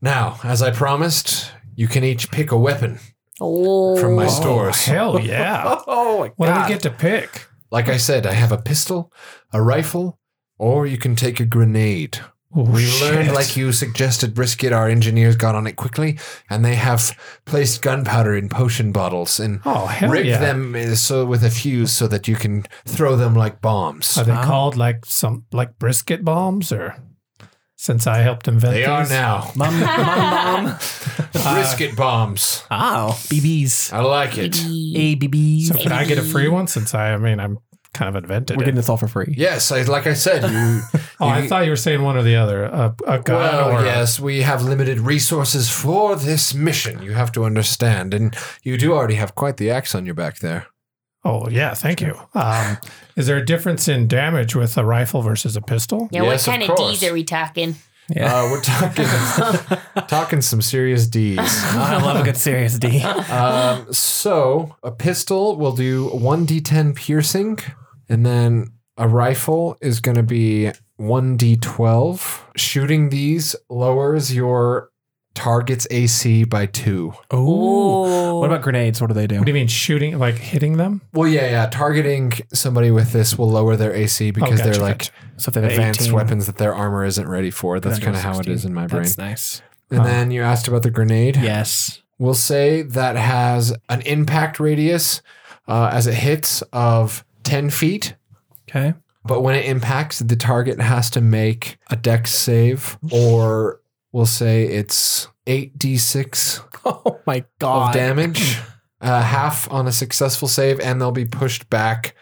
now, as I promised, you can each pick a weapon from my stores.
Hell yeah.
<laughs> Oh my
What do we get to pick?
Like I said, I have a pistol, a rifle, or you can take a grenade.
Oh,
We
shit.
learned, like you suggested, Brisket, our engineers got on it quickly, and they have placed gunpowder in potion bottles and
Oh, hell
rigged
yeah.
them uh, so with a fuse so that you can throw them like bombs.
Are they
Wow.
called like some like brisket bombs or since I helped invent
They are
these? uh,
now
Mom, mom, <laughs> mom.
brisket bombs.
Oh, BBs.
I like it.
A BBs.
So can I get a free one since I I mean I'm kind of invented
We're
it.
getting this all for free.
Yes, I, like I
<laughs>
said, you.
oh, I thought you were saying one or the other. A, a god
Well,
or
yes, we have limited resources for this mission. You have to understand, and you do already have quite the axe on your back there.
Oh, yeah, thank you. Um, is there a difference in damage with a rifle versus a pistol?
Yeah,
Yes,
what
of
kind of
course.
D's are we talking?
Yeah.
Uh, we're talking talking some serious D's.
<laughs> I love a good serious D.
Um, so a pistol will do one d10 piercing, and then a rifle is going to be one d12. Shooting these lowers your target's AC by two.
Oh.
Ooh.
What about grenades? What do they do?
What do you mean shooting? Like hitting them?
Well, yeah, yeah. Targeting somebody with this will lower their AC because
Oh,
gotcha,
they're like
gotcha.
So if they have
advanced
18,
weapons that their armor isn't ready for. That's
then
kind of how it
16.
is in my brain.
That's nice.
And then you asked about the grenade.
Yes.
We'll say that has an impact radius uh, as it hits of 10 feet.
Okay. <laughs>
But when it impacts, the target has to make a dex save, or we'll say it's 8d6
Oh my
of damage, uh, half on a successful save, and they'll be pushed back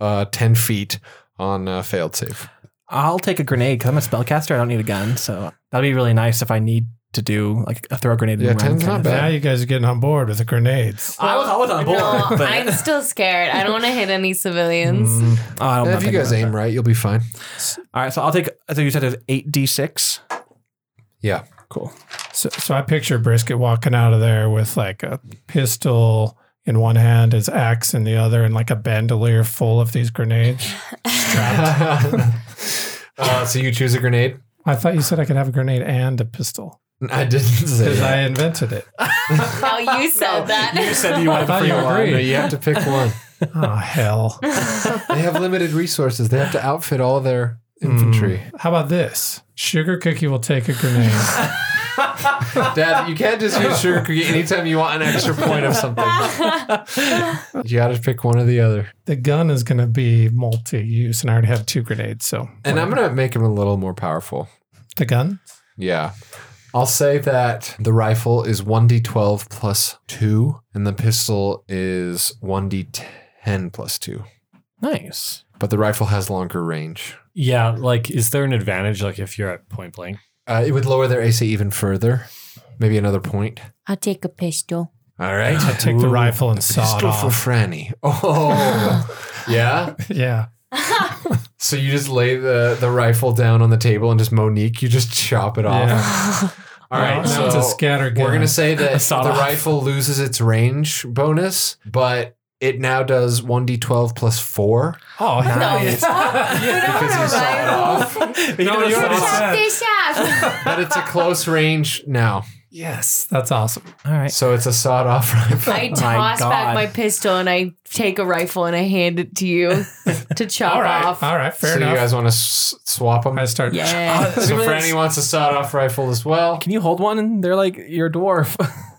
uh, 10 feet on a failed save.
I'll take a grenade because I'm a spellcaster. I don't need a gun, so that'd be really nice if I need to do like a throw grenade.
Yeah,
and run
ten's
kind
not
of-
bad.
Now you guys are getting on board with the grenades.
I was always on board. <laughs>
No,
but-
I'm still scared. I don't want to hit any
Mm.
civilians.
Oh, I don't
if you
think
guys
about
aim
that.
right, you'll be fine.
All right, so I'll take. So you said there's eight d six.
Yeah.
Cool.
So, so I picture Brisket walking out of there with like a pistol in one hand, his axe in the other, and like a bandolier full of these grenades.
<laughs> uh, so you choose a grenade?
I thought you said I could have a grenade and a pistol
I didn't say
because I
that.
invented it.
No, Oh, you said that.
You <laughs> said you
I
wanted
thought
free
you
one.
No,
agreed.
you have to pick one.
Oh hell!
<laughs> they have limited resources. They have to outfit all their <laughs> infantry.
Hmm. How about this? Sugar cookie will take a grenade.
Hmm. Dad, you can't just use sugar cookie anytime you want an extra point of something. <laughs> you got to pick one or the other.
the gun is going to be multi-use, and I already have two grenades. So
And I'm going to make him a little more powerful.
the gun.
Yeah. I'll say that the rifle is 1d12 plus 2, and the pistol is 1d10 plus 2.
Nice.
But the rifle has longer range.
Yeah, like is there an advantage like if you're at point blank?
Uh, it would lower their AC even further. Maybe another point.
I'll take a pistol.
All right.
I take the rifle and saw it
Pistol for
off.
Franny. Oh, yeah.
yeah,
So you just lay the the rifle down on the table and just Monique, you just chop it off. Oh. All right,
Now it's
so
a scatter gun.
we're gonna say that the
Sawed off.
rifle loses its range bonus, but it now does one d twelve plus four.
oh, nice.
Because you saw it off,
<laughs> No, you already said-
Chop this
<laughs>
off.
but it's a close range now,
yes, that's awesome.
All right.
so it's a sawed off rifle.
my
I toss
God.
back my pistol and I take a rifle and I hand it to you to chop
All right,
off.
all right, fair
so
enough.
you guys want to s- swap them?
I start.
Yeah.
So Franny wants a sawed off rifle as well.
Can you hold one? And they're like, you're a dwarf. <laughs>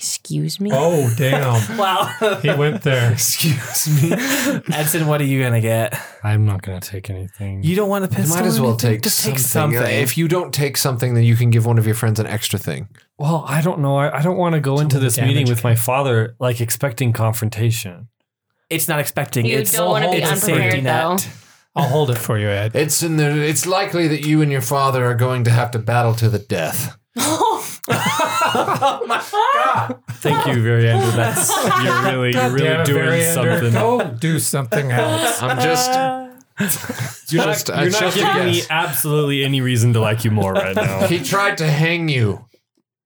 Excuse me.
<laughs> Oh damn!
wow.
he went there.
Excuse me.
<laughs> Edson, what are you gonna get?
I'm not gonna take anything.
You don't want a pistol.
Might as
or
well
anything?
take,
Just
something.
take something.
If you don't take something, then you can give one of your friends an extra thing.
well, I don't know. I, I don't want to go into this
damage
meeting with my father like expecting confrontation.
it's not expecting.
You
it's
don't wanna be
it's a safety
unprepared, though.
net.
I'll hold it for you, Ed.
It's in the. It's likely that you and your father are going to have to battle to the death.
Thank you, Variander. <laughs> That's you're really you're really
Damn it,
doing
Variander.
something.
Go do
<laughs>
something else.
I'm just. <laughs> you're just.
You're not
it's just a
giving me
guess.
absolutely any reason to like you more right
<laughs>
now.
He tried to hang you.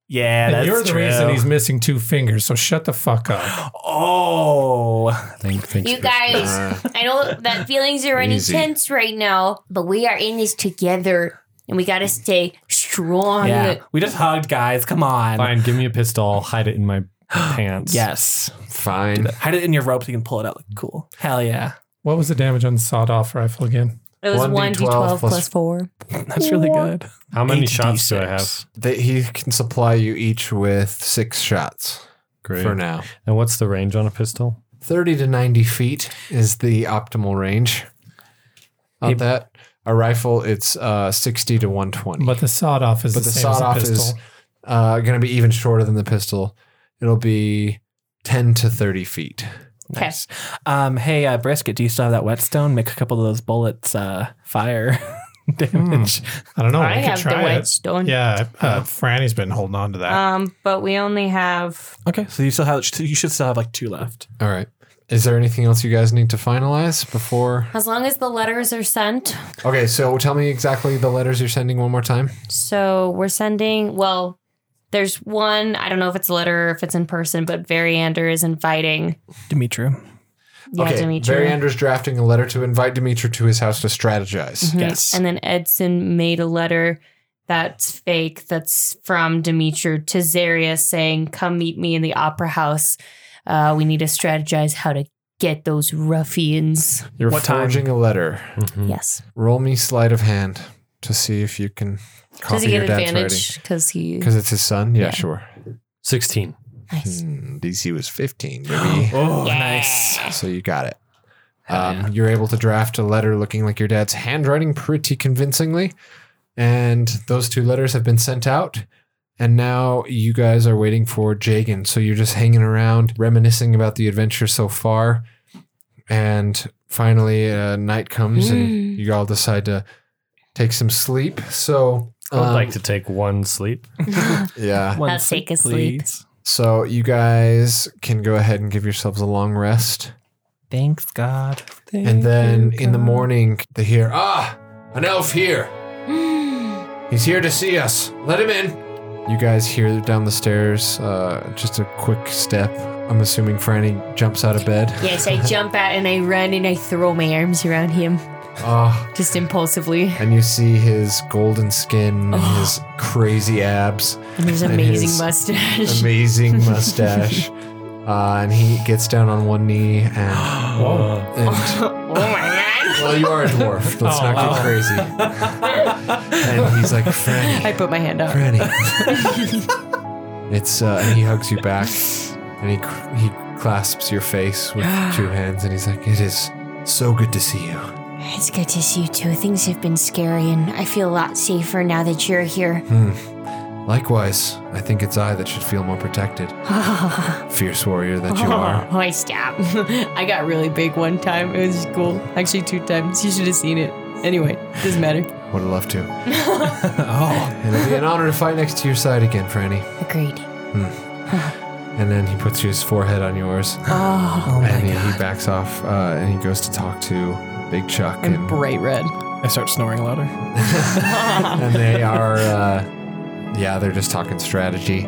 Yeah,
And
<laughs>
that's
you're the
true.
reason he's missing two fingers. So shut the fuck up.
Oh,
You
Uh,
guys, I know that feelings are
Easy.
intense right now, but we are in this together and we got to stay strong.
yeah. We just hugged, guys. Come on.
Fine, give me a pistol. I'll hide it
<gasps>
in my pants.
Yes.
Fine.
Hide it in your rope so you can pull it out. Like, cool. Hell yeah.
What was the damage on the sawed-off rifle again?
It was
1d12
1d12
plus-
plus 4.
That's really good.
How many shots do I have?
8d6.
That he can supply you each with six shots
Great.
for now.
And what's the range on a pistol?
Thirty to ninety feet is the optimal range. On that, a rifle, it's uh, sixty to one twenty.
But the sawed-off is
but
the,
the
same
sawed off
as a pistol.
is uh, going to be even shorter than the pistol. It'll be 10 to 30 feet.
Nice. Um, hey, uh, Brisket, do you still have that whetstone? Make a couple of those bullets uh, fire <laughs> damage.
I don't know.
I
we could
have the
try
white
it.
stone.
Yeah, uh, Franny's been holding on to that.
Um, but we only have.
Okay, so you still have you should still have like two left.
All right. Is there anything else you guys need to finalize before?
As long as the letters are sent,
Okay, so tell me exactly the letters you're sending one more time.
so we're sending. Well, there's one. I don't know if it's a letter or if it's in person, but Variander is inviting.
Dimitri.
Yeah,
okay,
Dimitri.
Variander's drafting a letter to invite Dimitri to his house to strategize.
Mhm.
Yes.
And then Edson made a letter that's fake that's from Demeter to Zarius saying, Come meet me in the opera house. Uh, we need to strategize how to get those ruffians.
You're
What time?
forging a letter.
Yes.
Roll me sleight of hand to see if you can copy
Does he
your
get
dad's
advantage? Because
<laughs>
he.
Because it's his son. Yeah, sure.
16.
Nice.
Hmm, DC was 15, baby.
<gasps> Oh, nice.
so you got it. Um, You're able to draft a letter looking like your dad's handwriting pretty convincingly. And those two letters have been sent out. And now you guys are waiting for Jagan. So you're just hanging around, reminiscing about the adventure so far. And finally, uh, night comes
Hmm.
and you all decide to take some sleep. So,
I would
um,
like to take one sleep.
yeah.
One
I'll take a sleep.
please.
So you guys can go ahead and give yourselves a long rest.
Thanks, God.
And then in the morning, they hear, Ah, an elf here. He's here to see us. Let him in. You guys hear down the stairs uh, just a quick step. I'm assuming Franny jumps out of bed.
Yes, I jump out and I run and I throw my arms around him
Ah,
just impulsively.
and you see his golden skin and his crazy abs,
And his
And
amazing
his-
mustache.
amazing
<laughs>
mustache. Uh, and he gets down on one knee
<gasps>
and. and
oh my Oh,
well, you are a
<laughs>
dwarf. Let's not get crazy. and he's like, Franny.
god. I put my hand up. <laughs>
Franny. it's uh, and he hugs you back, and he cr- he clasps your face
<gasps>
with two hands, and he's like, "It is so good to see you."
It's good to see you too. Things have been scary, and I feel a lot safer now that you're here.
Likewise, I think it's I that should feel more
<laughs>
protected, fierce warrior that you are.
<laughs> Oh, I stop. <laughs> I got really big one time. It was cool. Actually, two times. You should have seen it. Anyway, doesn't matter.
Would have loved to. oh, and it'd be an honor to fight next to your side again, Franny.
Agreed.
And then he puts his forehead on yours, and he, he backs off, uh, and he goes to talk to Big Chuck and
Bright red.
I start snoring louder.
and they are uh, yeah they're just talking strategy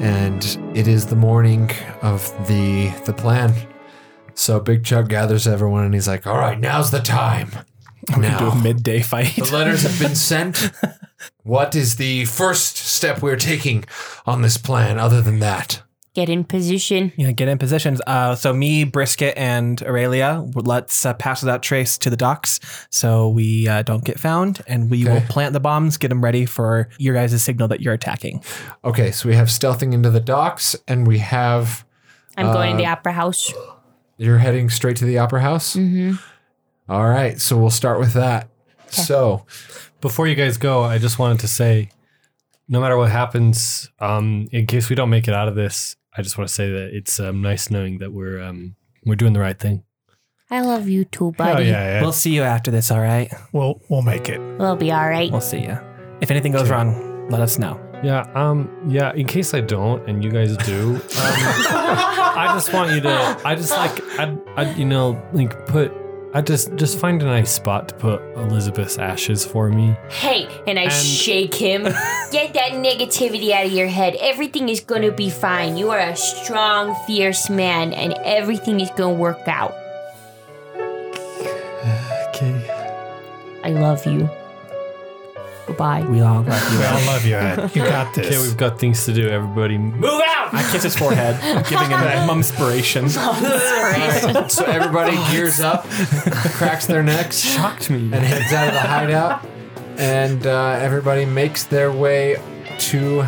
and it is the morning of the the plan so big chuck gathers everyone and he's like all right now's the time
Do
now
a
<laughs>
midday fight.
the letters have been sent what is the first step we're taking on this plan other than that
Get in position.
Yeah, get in positions. Uh, so me, Brisket, and Aurelia, let's uh, pass without trace to the docks so we uh, don't get found, and we will
Okay.
plant the bombs, get them ready for your guys' signal that you're attacking.
okay so we have stealthing into the docks and we have
I'm going to the opera house.
You're heading straight to the opera house? Mm-hmm. right, so we'll start with that. So,
Before you guys go, I just wanted to say, no matter what happens, um, in case we don't make it out of this, I just want to say that it's um, nice knowing that we're um, we're doing the right thing.
I love you too,
oh
buddy.
yeah, yeah.
We'll see you after this, all right?
we'll we'll make it.
We'll be all right.
We'll see you. If anything goes wrong, let us know.
Yeah. Um. Yeah. In case I don't, and you guys do, um, I just want you to. I just like. I. I. You know. Like put. I just just find a nice spot to put Elizabeth's ashes for me.
Hey, and I shake him. Get that negativity out of your head. Everything is gonna be fine. You are a strong, fierce man, and everything is gonna work out.
Okay.
I love you. Goodbye.
We all love you.
I love you, Ed. You got
Okay.
this.
We've got things to do. Everybody, move out.
I kiss his forehead, <laughs> giving him that
<laughs>
inspiration.
Mm-hmm.
so everybody gears up, cracks their necks,
Shocked me.
and heads out of the hideout. And uh, everybody makes their way to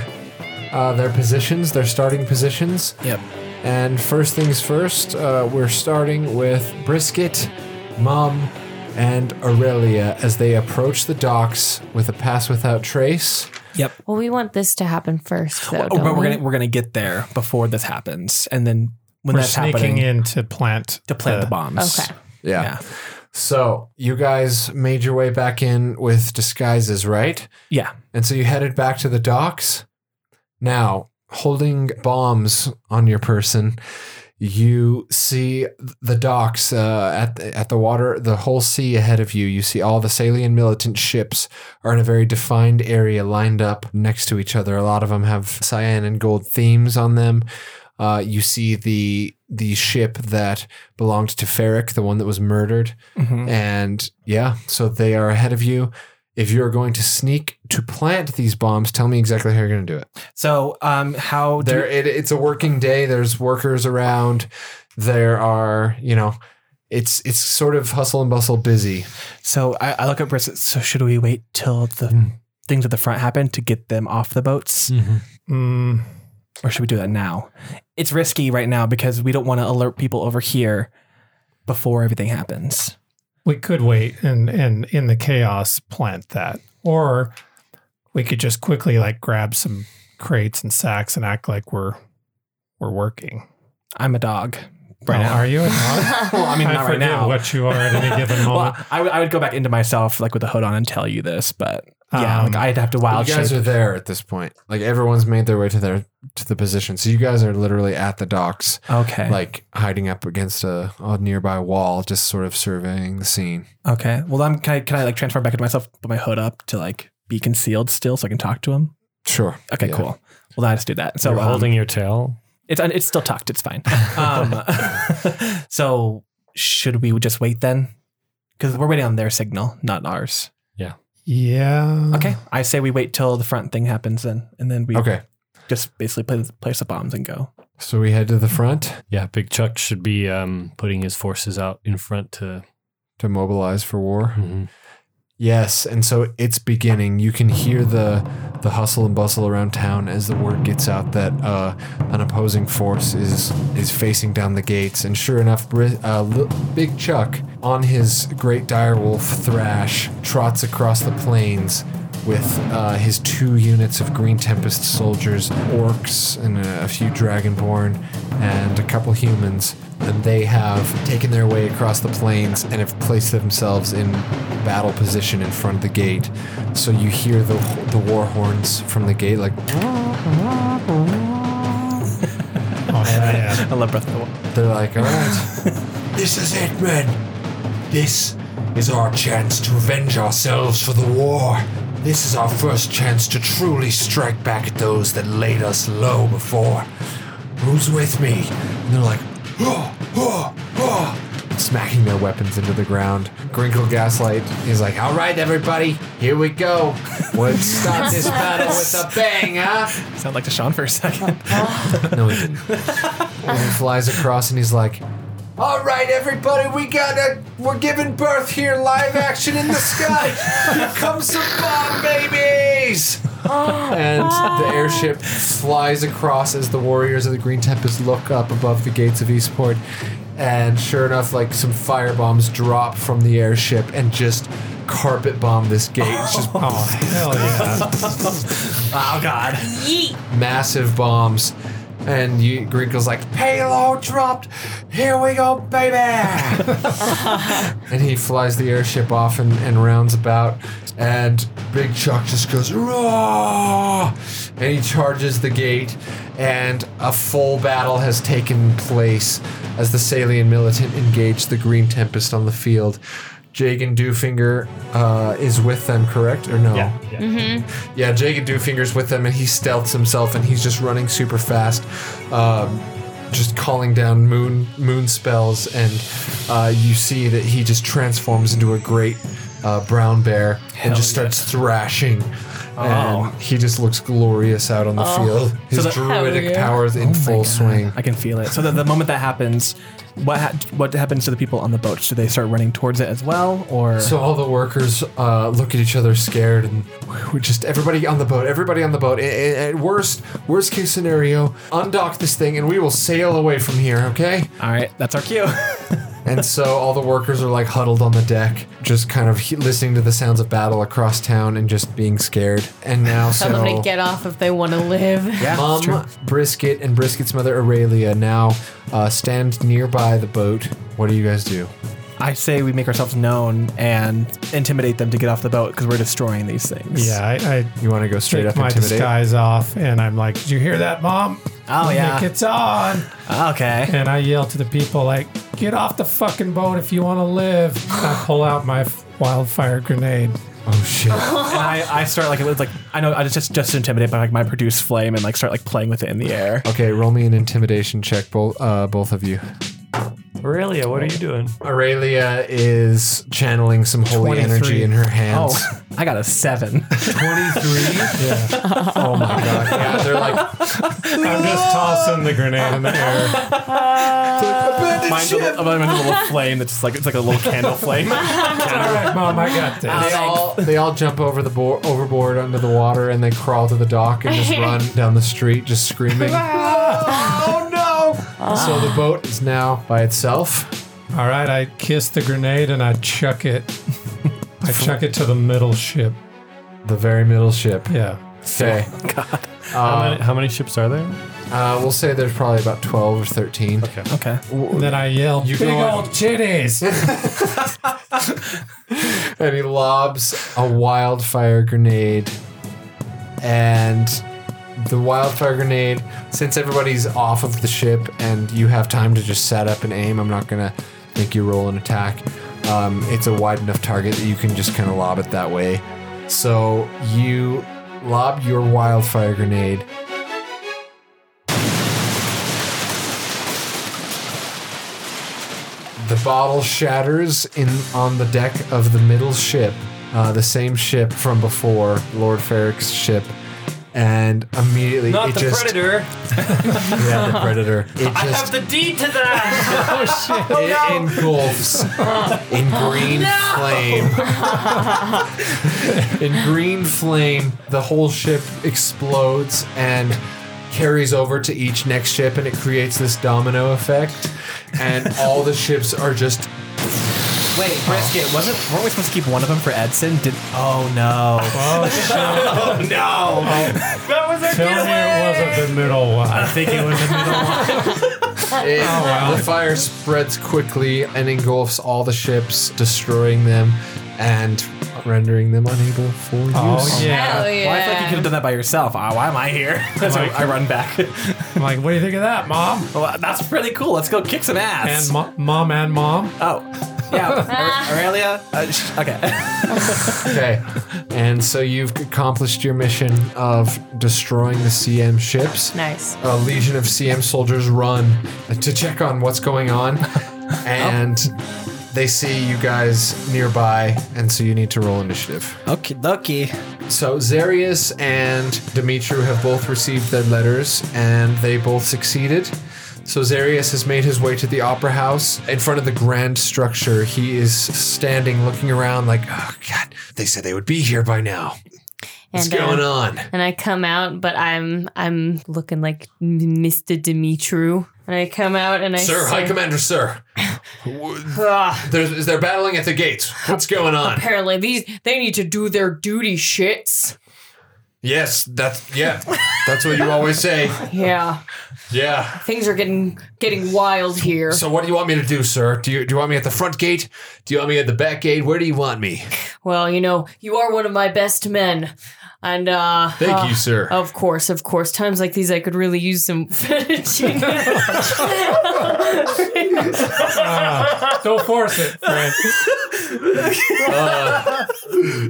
uh, their positions, their starting positions.
Yep.
And first things first, uh, we're starting with Brisket, Mom, and Aurelia as they approach the docks with a pass without trace.
Yep.
Well, we want this to happen first, though.
Oh,
don't
but we're
we?
gonna we're gonna get there before this happens, and then when
We're
that's
sneaking
happening
in to plant
to plant the bombs.
Okay. Oh.
Yeah.
Yeah.
So you guys made your way back in with disguises, right?
Yeah.
And so you headed back to the docks. Now, holding bombs on your person, you see the docks uh, at the, at the water, the whole sea ahead of you. You see all the Salian militant ships are in a very defined area, lined up next to each other. A lot of them have cyan and gold themes on them. Uh, you see the the ship that belonged to Ferric, the one that was murdered.
Mhm.
And yeah, so they are ahead of you. If you're going to sneak to plant these bombs, tell me exactly how you're going to do it.
So, um, how do
There, it, it's a working day. There's workers around. There are, you know, it's it's sort of hustle and bustle, busy.
so I, I look at Bristol. So should we wait till the things at the front happen to get them off the boats,
Mm,
or should we do that now? It's risky right now because we don't want to alert people over here before everything happens.
we could wait and and in the chaos plant that, or we could just quickly like grab some crates and sacks and act like we're we're working.
I'm a dog right
Oh,
now.
Are you?
<laughs>
well,
I mean, not
<laughs>
right
forget
now.
What you are at any given
<laughs> well,
moment?
I, would- I would go back into myself like with a hood on and tell you this, but yeah,
Um,
like uh, I'd have to wild
you guys
shape.
are there at this point. Like everyone's made their way to their to the position. So you guys are literally at the docks,
okay,
like hiding up against a, a nearby wall, just sort of surveying the scene.
okay. Well, I'm can I can I like transform back into myself, put my hood up to like be concealed still, so I can talk to him.
Sure.
Okay,
Yeah.
cool. Well, then I just do that. So
You're
um,
holding your tail.
It's it's still tucked. It's fine. Um, <laughs> so should we just wait then? Because we're waiting on their signal, not ours.
yeah.
Okay, I say we wait till the front thing happens, then, and then we
Okay.
just basically play, place the bombs and go.
So we head to the front
Yeah, Big Chuck should be um, putting his forces out in front to.
to mobilize for war.
mm-hmm.
Mhm.
Yes, and so it's beginning. You can hear the the hustle and bustle around town as the word gets out that uh, an opposing force is is facing down the gates. And sure enough, Bri- uh, Li- Big Chuck on his great direwolf thrash trots across the plains with uh, his two units of Green Tempest soldiers, orcs, and a, a few dragonborn, and a couple humans. And they have taken their way across the plains and have placed themselves in battle position in front of the gate. So you hear the, the war horns from the gate, like
Oh, yeah.
I love Breath of the Wild.
they're like, all right, this is it, men. This is our chance to avenge ourselves for the war. This is our first chance to truly strike back at those that laid us low before. Who's with me? And they're like, oh, oh, oh, smacking their weapons into the ground. Grinkle Gaslight is like, all right, everybody, here we go. Let's start this battle with a bang, huh?
Sound like Deshaun for a second.
No, he didn't. and he flies across and he's like, all right, everybody, we got a, we're giving birth here, live action in the sky. Here comes some bomb babies. and the airship flies across as the warriors of the Green Tempest look up above the gates of Eastport. And sure enough, like some fire bombs drop from the airship and just carpet bomb this gate. It's just
Oh, hell
<laughs>
yeah.
oh God.
massive bombs. And you, Grinkle's like, payload dropped. Here we go, baby. and he flies the airship off and, and rounds about. And Big Chuck just goes, Roar! and he charges the gate. And a full battle has taken place as the Salian militant engage the Green Tempest on the field. Jagan Dewfinger uh, is with them, correct? Or no?
yeah.
Yeah, Jacob Dewfinger's with them, and he stealths himself, and he's just running super fast, um, just calling down moon moon spells, and uh, you see that he just transforms into a great uh, brown bear and just starts thrashing.
Oh.
And he just looks glorious out on the field. His
the-
druidic
Hell yeah. Oh
powers in full swing.
I can feel it. So the, the moment that happens, what ha- what happens to the people on the boats? Do they start running towards it as well, or
So all the workers uh, look at each other scared, and we're just everybody on the boat. Everybody on the boat. A- a- At worst, worst case scenario, undock this thing, and we will sail away from here. Okay?
all right? That's our cue.
<laughs>
And so all the workers are like huddled on the deck, just kind of he- listening to the sounds of battle across town and just being scared. And now
Tell them to
so
get off if they want to live. <laughs>
Mum, Brisket, and Brisket's mother Aurelia now uh, stand nearby the boat. What do you guys do?
I say we make ourselves known and intimidate them to get off the boat because we're destroying these things.
Yeah, I, I
You want to go straight
take
up
my
intimidate?
disguise off and I'm like, Did you hear that, mom?
Oh, yeah.
It's on.
Okay.
And I yell to the people, like, Get off the fucking boat if you want to live. And I pull out my f- wildfire grenade.
Oh shit!
And I, I start like it was like I know I just just, just intimidate by like my produce flame and like start like playing with it in the air.
Okay, roll me an intimidation check, both uh, both of you.
Aurelia, what are you doing?
Aurelia is channeling some holy
23.
energy in her hands.
Oh, I got a seven.
<laughs> 23? yeah. Oh <laughs> my god. Yeah, they're like,
I'm just tossing the grenade in the
<laughs>
air.
<laughs> Mine's a, little- mine's a little flame that's just like it's like a little candle flame.
All right, mom, I got this.
they all, they all jump over the board, overboard under the water, and they crawl to the dock and just run down the street, just screaming. oh no! so the boat is now by itself.
All right, I kiss the grenade and I chuck it. I chuck it to the middle ship.
The very middle ship.
Yeah.
Okay.
How many, how many ships are there?
Uh, we'll say there's probably about 12 or 13. Okay.
Okay.
And then I yell,
You
Big
go-
old titties.
and he lobs a wildfire grenade. And the wildfire grenade, since everybody's off of the ship and you have time to just set up and aim, I'm not going to make you roll an attack. Um, it's a wide enough target that you can just kind of lob it that way. So you lob your wildfire grenade. The bottle shatters in on the deck of the middle ship, uh, the same ship from before, Lord Ferrick's ship, and immediately
Not
it
the
just
predator.
<laughs> yeah the predator. It
I have
just
the D to that. <laughs> Oh,
it engulfs in green flame. in green flame, the whole ship explodes and carries over to each next ship, and it creates this domino effect. And all the ships are
<laughs>
just
<laughs> Wait, brisket. Wasn't weren't we supposed to keep one of them for Edson? Did oh no.
Tell me it wasn't the middle one.
I think it was the middle.
Oh,
It- The fire spreads quickly and engulfs all the ships, destroying them and rendering them unable for use.
Oh, yeah.
Hell
Well, I feel like you
yeah.
could have done that by yourself. Ah, why am I here? <laughs> so I run back. <laughs>
I'm like, what do you think of that, mom?
well, that's pretty cool. Let's go kick some ass.
And mo- mom and mom.
oh, yeah. Aur- Aurelia. Uh, sh- okay. <laughs>
Okay. And so you've accomplished your mission of destroying the CM ships.
Nice.
A legion of CM soldiers run to check on what's going on. And they see you guys nearby, and so you need to roll initiative.
Okay, dokie.
So Zarius and Dimitru have both received their letters, and they both succeeded. So Zarius has made his way to the opera house. In front of the grand structure, he is standing, looking around, like, "Oh God, they said they would be here by now. What's
And, uh,
going on?"
and I come out, but I'm I'm looking like M- Mr. Dimitru. And I come out and I
Sir,
say,
High Commander, sir.
"Ah,
There's, they're battling at the gates. What's going on?
apparently these they need to do their duty shits.
Yes, that's yeah. That's what you always say.
Yeah,
Yeah.
things are getting getting wild here.
So what do you want me to do, sir? Do you do you want me at the front gate? Do you want me at the back gate? Where do you want me?
well, you know, you are one of my best men, and uh,
Thank
uh,
you, sir.
Of course, of course. Times like these, I could really use some <laughs> fettuccine.
Don't force it, friend.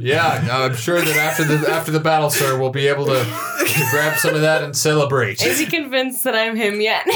Yeah, I'm sure that after the after the battle, sir, we'll be able to, to grab some of that and celebrate.
Is he convinced that I'm him yet?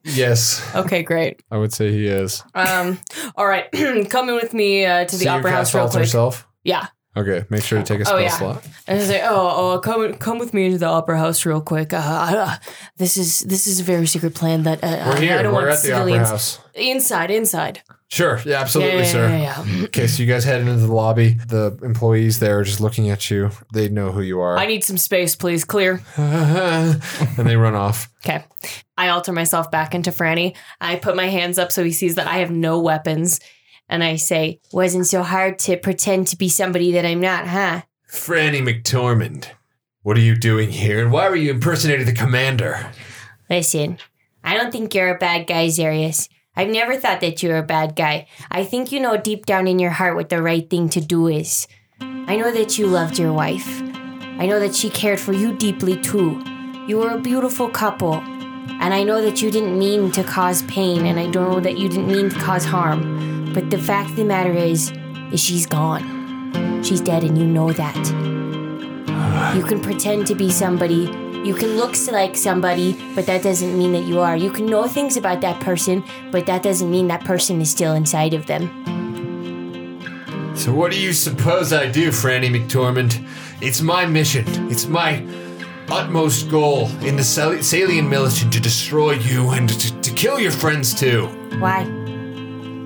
<laughs>
Yes,
okay, great.
I would say he is.
Um, all right, <clears throat> come in with me uh, to the opera house real quick.
yourself.
Yeah,
Okay, make sure to take a
spell yeah. slot. and I say, oh, oh, come, come with me into the opera house real quick. Uh, I, uh, this is this is a very secret plan that uh,
We're
I, I
here.
don't
We're
want
at the opera
civilians
house.
inside, inside.
Sure. Yeah,
Yeah,
absolutely,
yeah,
sir.
yeah, yeah.
Okay, so you guys head into the lobby. The employees there are just looking at you. They <laughs> know who you are,
I need some space, please. Clear.
and they run off.
Okay. I I alter myself back into Franny. I put my hands up so he sees that I have no weapons. And I say,
Wasn't so hard to pretend to be somebody that I'm not, huh?
Franny McTormand, what are you doing here? And why were you impersonating the commander?
Listen, I don't think you're a bad guy, Zarius. I've never thought that you were a bad guy. I think you know deep down in your heart what the right thing to do is. I know that you loved your wife. I know that she cared for you deeply too. You were a beautiful couple. And I know that you didn't mean to cause pain, and I know that you didn't mean to cause harm. But the fact of the matter is, is she's gone. She's dead, and you know that. You can pretend to be somebody. You can look s- like somebody, but that doesn't mean that you are. You can know things about that person, but that doesn't mean that person is still inside of them.
So what do you suppose I do, Franny McTormand? It's my mission. It's my utmost goal in the Sal- Salian militant to destroy you and to, to kill your friends too.
Why?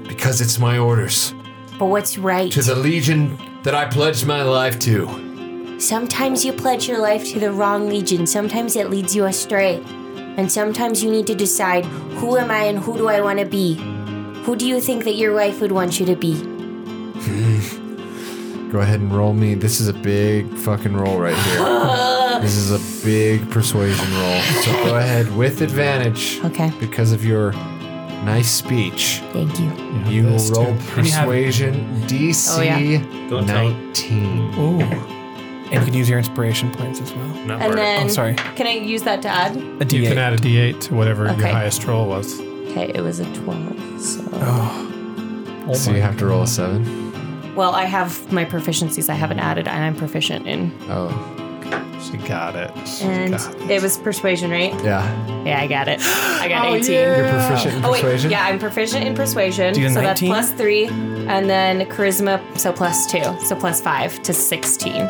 Because it's my orders.
But what's right?
To the legion that I pledged my life to.
Sometimes you pledge your life to the wrong legion, sometimes it leads you astray. And sometimes you need to decide who am I and who do I want to be? Who do you think that your wife would want you to be?
Go ahead and roll me. This is a big fucking roll right here. this is a big persuasion roll. So go ahead with advantage.
Okay.
Because of your nice speech.
Thank you.
You will
this
roll
too.
persuasion DC
Oh, yeah.
Don't tell.
19.
Oh
Ooh. And you can use your inspiration points as well.
Not
and
worth it.
then
Oh, sorry.
can I use that to add?
A D8.
You can add a D8 to whatever your
Okay.
highest roll was.
Okay, it was a 12. So.
Oh,
so you have to roll a 7.
Well, I have my proficiencies I haven't added, and I'm proficient in.
Oh,
She got it. She
And
got it.
it was persuasion, right?
yeah.
Yeah, I got it. I
<gasps>
got 18.
You're proficient in
Oh wait,
Oh, persuasion?
yeah, I'm proficient in persuasion,
Do you
so
have
that's
19?
plus three, and then charisma, so plus two, so plus five to sixteen.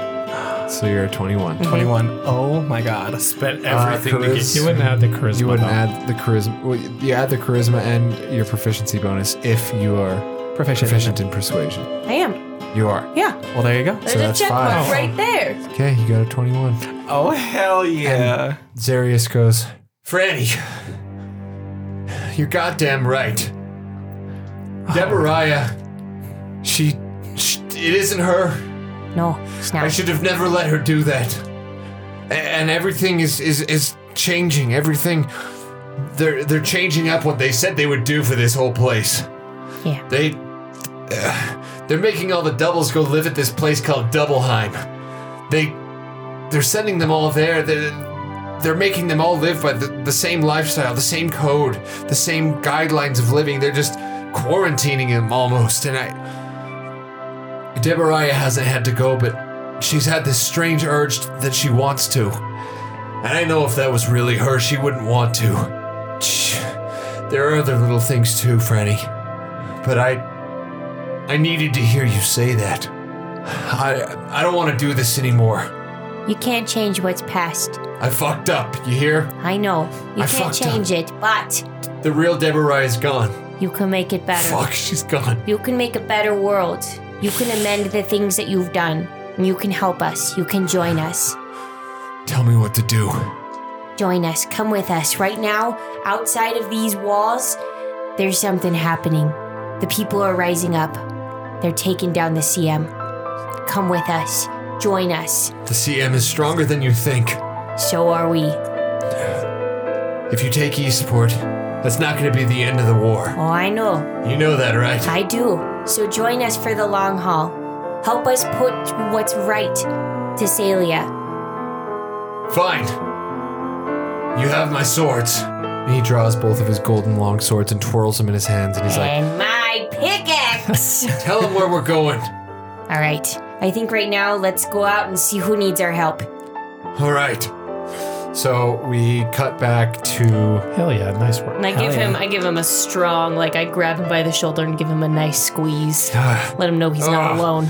So you're a 21.
21. Oh my god. I spent
everything to get
You wouldn't add the charisma.
You wouldn't
though.
add the charisma. Well, you add the charisma and your proficiency bonus if you are
proficient.
proficient in persuasion.
I am.
You are.
Yeah,
Well, there you go.
there's
So
a
that's
check mark
five.
right there.
Okay, you got a 21.
Oh hell yeah.
Zarius goes, Franny, you're goddamn right.
Oh."
Debariah, she, she, it isn't her.
No, it's
I
not.
should have never let her do that. A- and everything is is is changing. Everything they're they're changing up what they said they would do for this whole place.
Yeah.
They uh, they're making all the doubles go live at this place called Doubleheim. They they're sending them all there. They're, they're making them all live by the, the same lifestyle, the same code, the same guidelines of living. They're just quarantining them almost. And I, Deborah hasn't had to go, but she's had this strange urge that she wants to. And I know if that was really her, she wouldn't want to. Shh. There are other little things too, Franny. But I I needed to hear you say that. I I don't want to do this anymore.
You can't change what's past.
I fucked up, you hear?
I know. You
I
can't
fucked up.
change it, but
The real Deborah is gone.
you can make it better.
Fuck, she's gone.
You can make a better world. You can amend the things that you've done. And you can help us. You can join us.
Tell me what to do.
Join us. Come with us. Right now, outside of these walls, there's something happening. The people are rising up. They're taking down the CM. Come with us. Join us.
The CM is stronger than you think.
So are we. Oh,
If you take Eastport, that's not going to be the end of the war.
Oh, I know.
You know that, right?
I do. So join us for the long haul. Help us put what's right to Celia.
Fine. You have my swords. And he draws both of his golden long swords and twirls them in his hands, and he's like,
And my pickaxe!
"Tell him where we're going."
All right. I think right now let's go out and see who needs our help.
All right. So we cut back to
Hell yeah, nice work.
And I give
Hell
him,
yeah.
I give him a strong, like I grab him by the shoulder and give him a nice
<sighs>
squeeze. Let him know he's not
Ugh.
alone.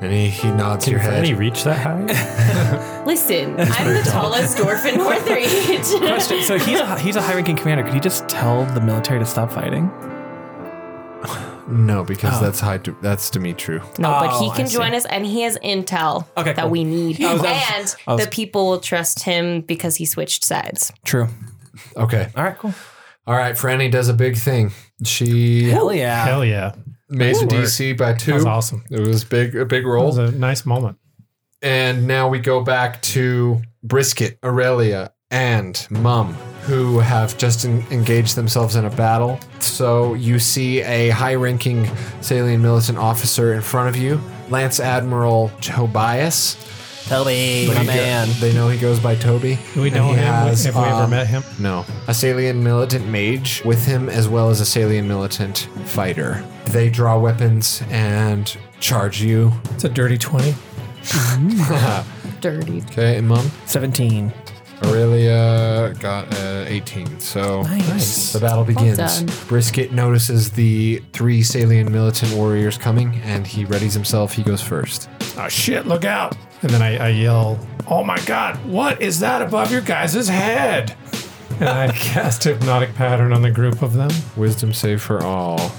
and he, he nods your head.
Can he reach that high?
Listen, I'm the tallest dwarf
<laughs>
in Northridge.
Question. So he's a he's a high ranking commander. Could he just tell the military to stop fighting?
No, because that's high. that's Dimitru.
no, but he
Oh, I
can
see.
join us, and he has intel
Okay,
that
cool.
we need,
I was- I was-
and
I was-
the people will trust him because he switched sides.
True.
Okay.
All right, cool.
All right. Franny does a big thing. She
Hell yeah.
Hell yeah.
made the DC by two.
That was awesome.
It was big, a big
That
roll.
was a nice moment.
And now we go back to Brisket, Aurelia, and Mum, who have just en- engaged themselves in a battle. So you see a high ranking Salian militant officer in front of you, Lance Admiral Tobias.
Toby, my
He go-
man.
they know he goes by Toby.
We
And
know
he
him.
has,
have we ever
um,
met him?
No. A Salian militant mage with him, as well as a Salian militant fighter. They draw weapons and charge you.
It's a dirty 20.
Dirty.
Okay, and Mum?
17.
Aurelia got uh, 18, so
Nice.
the battle begins.
done.
Brisket notices the three Salian militant warriors coming, and he readies himself. He goes first.
Oh, shit, look out. And then I, I yell, Oh my God, what is that above your guys' head? And I cast Hypnotic Pattern on the group of them.
Wisdom save for all.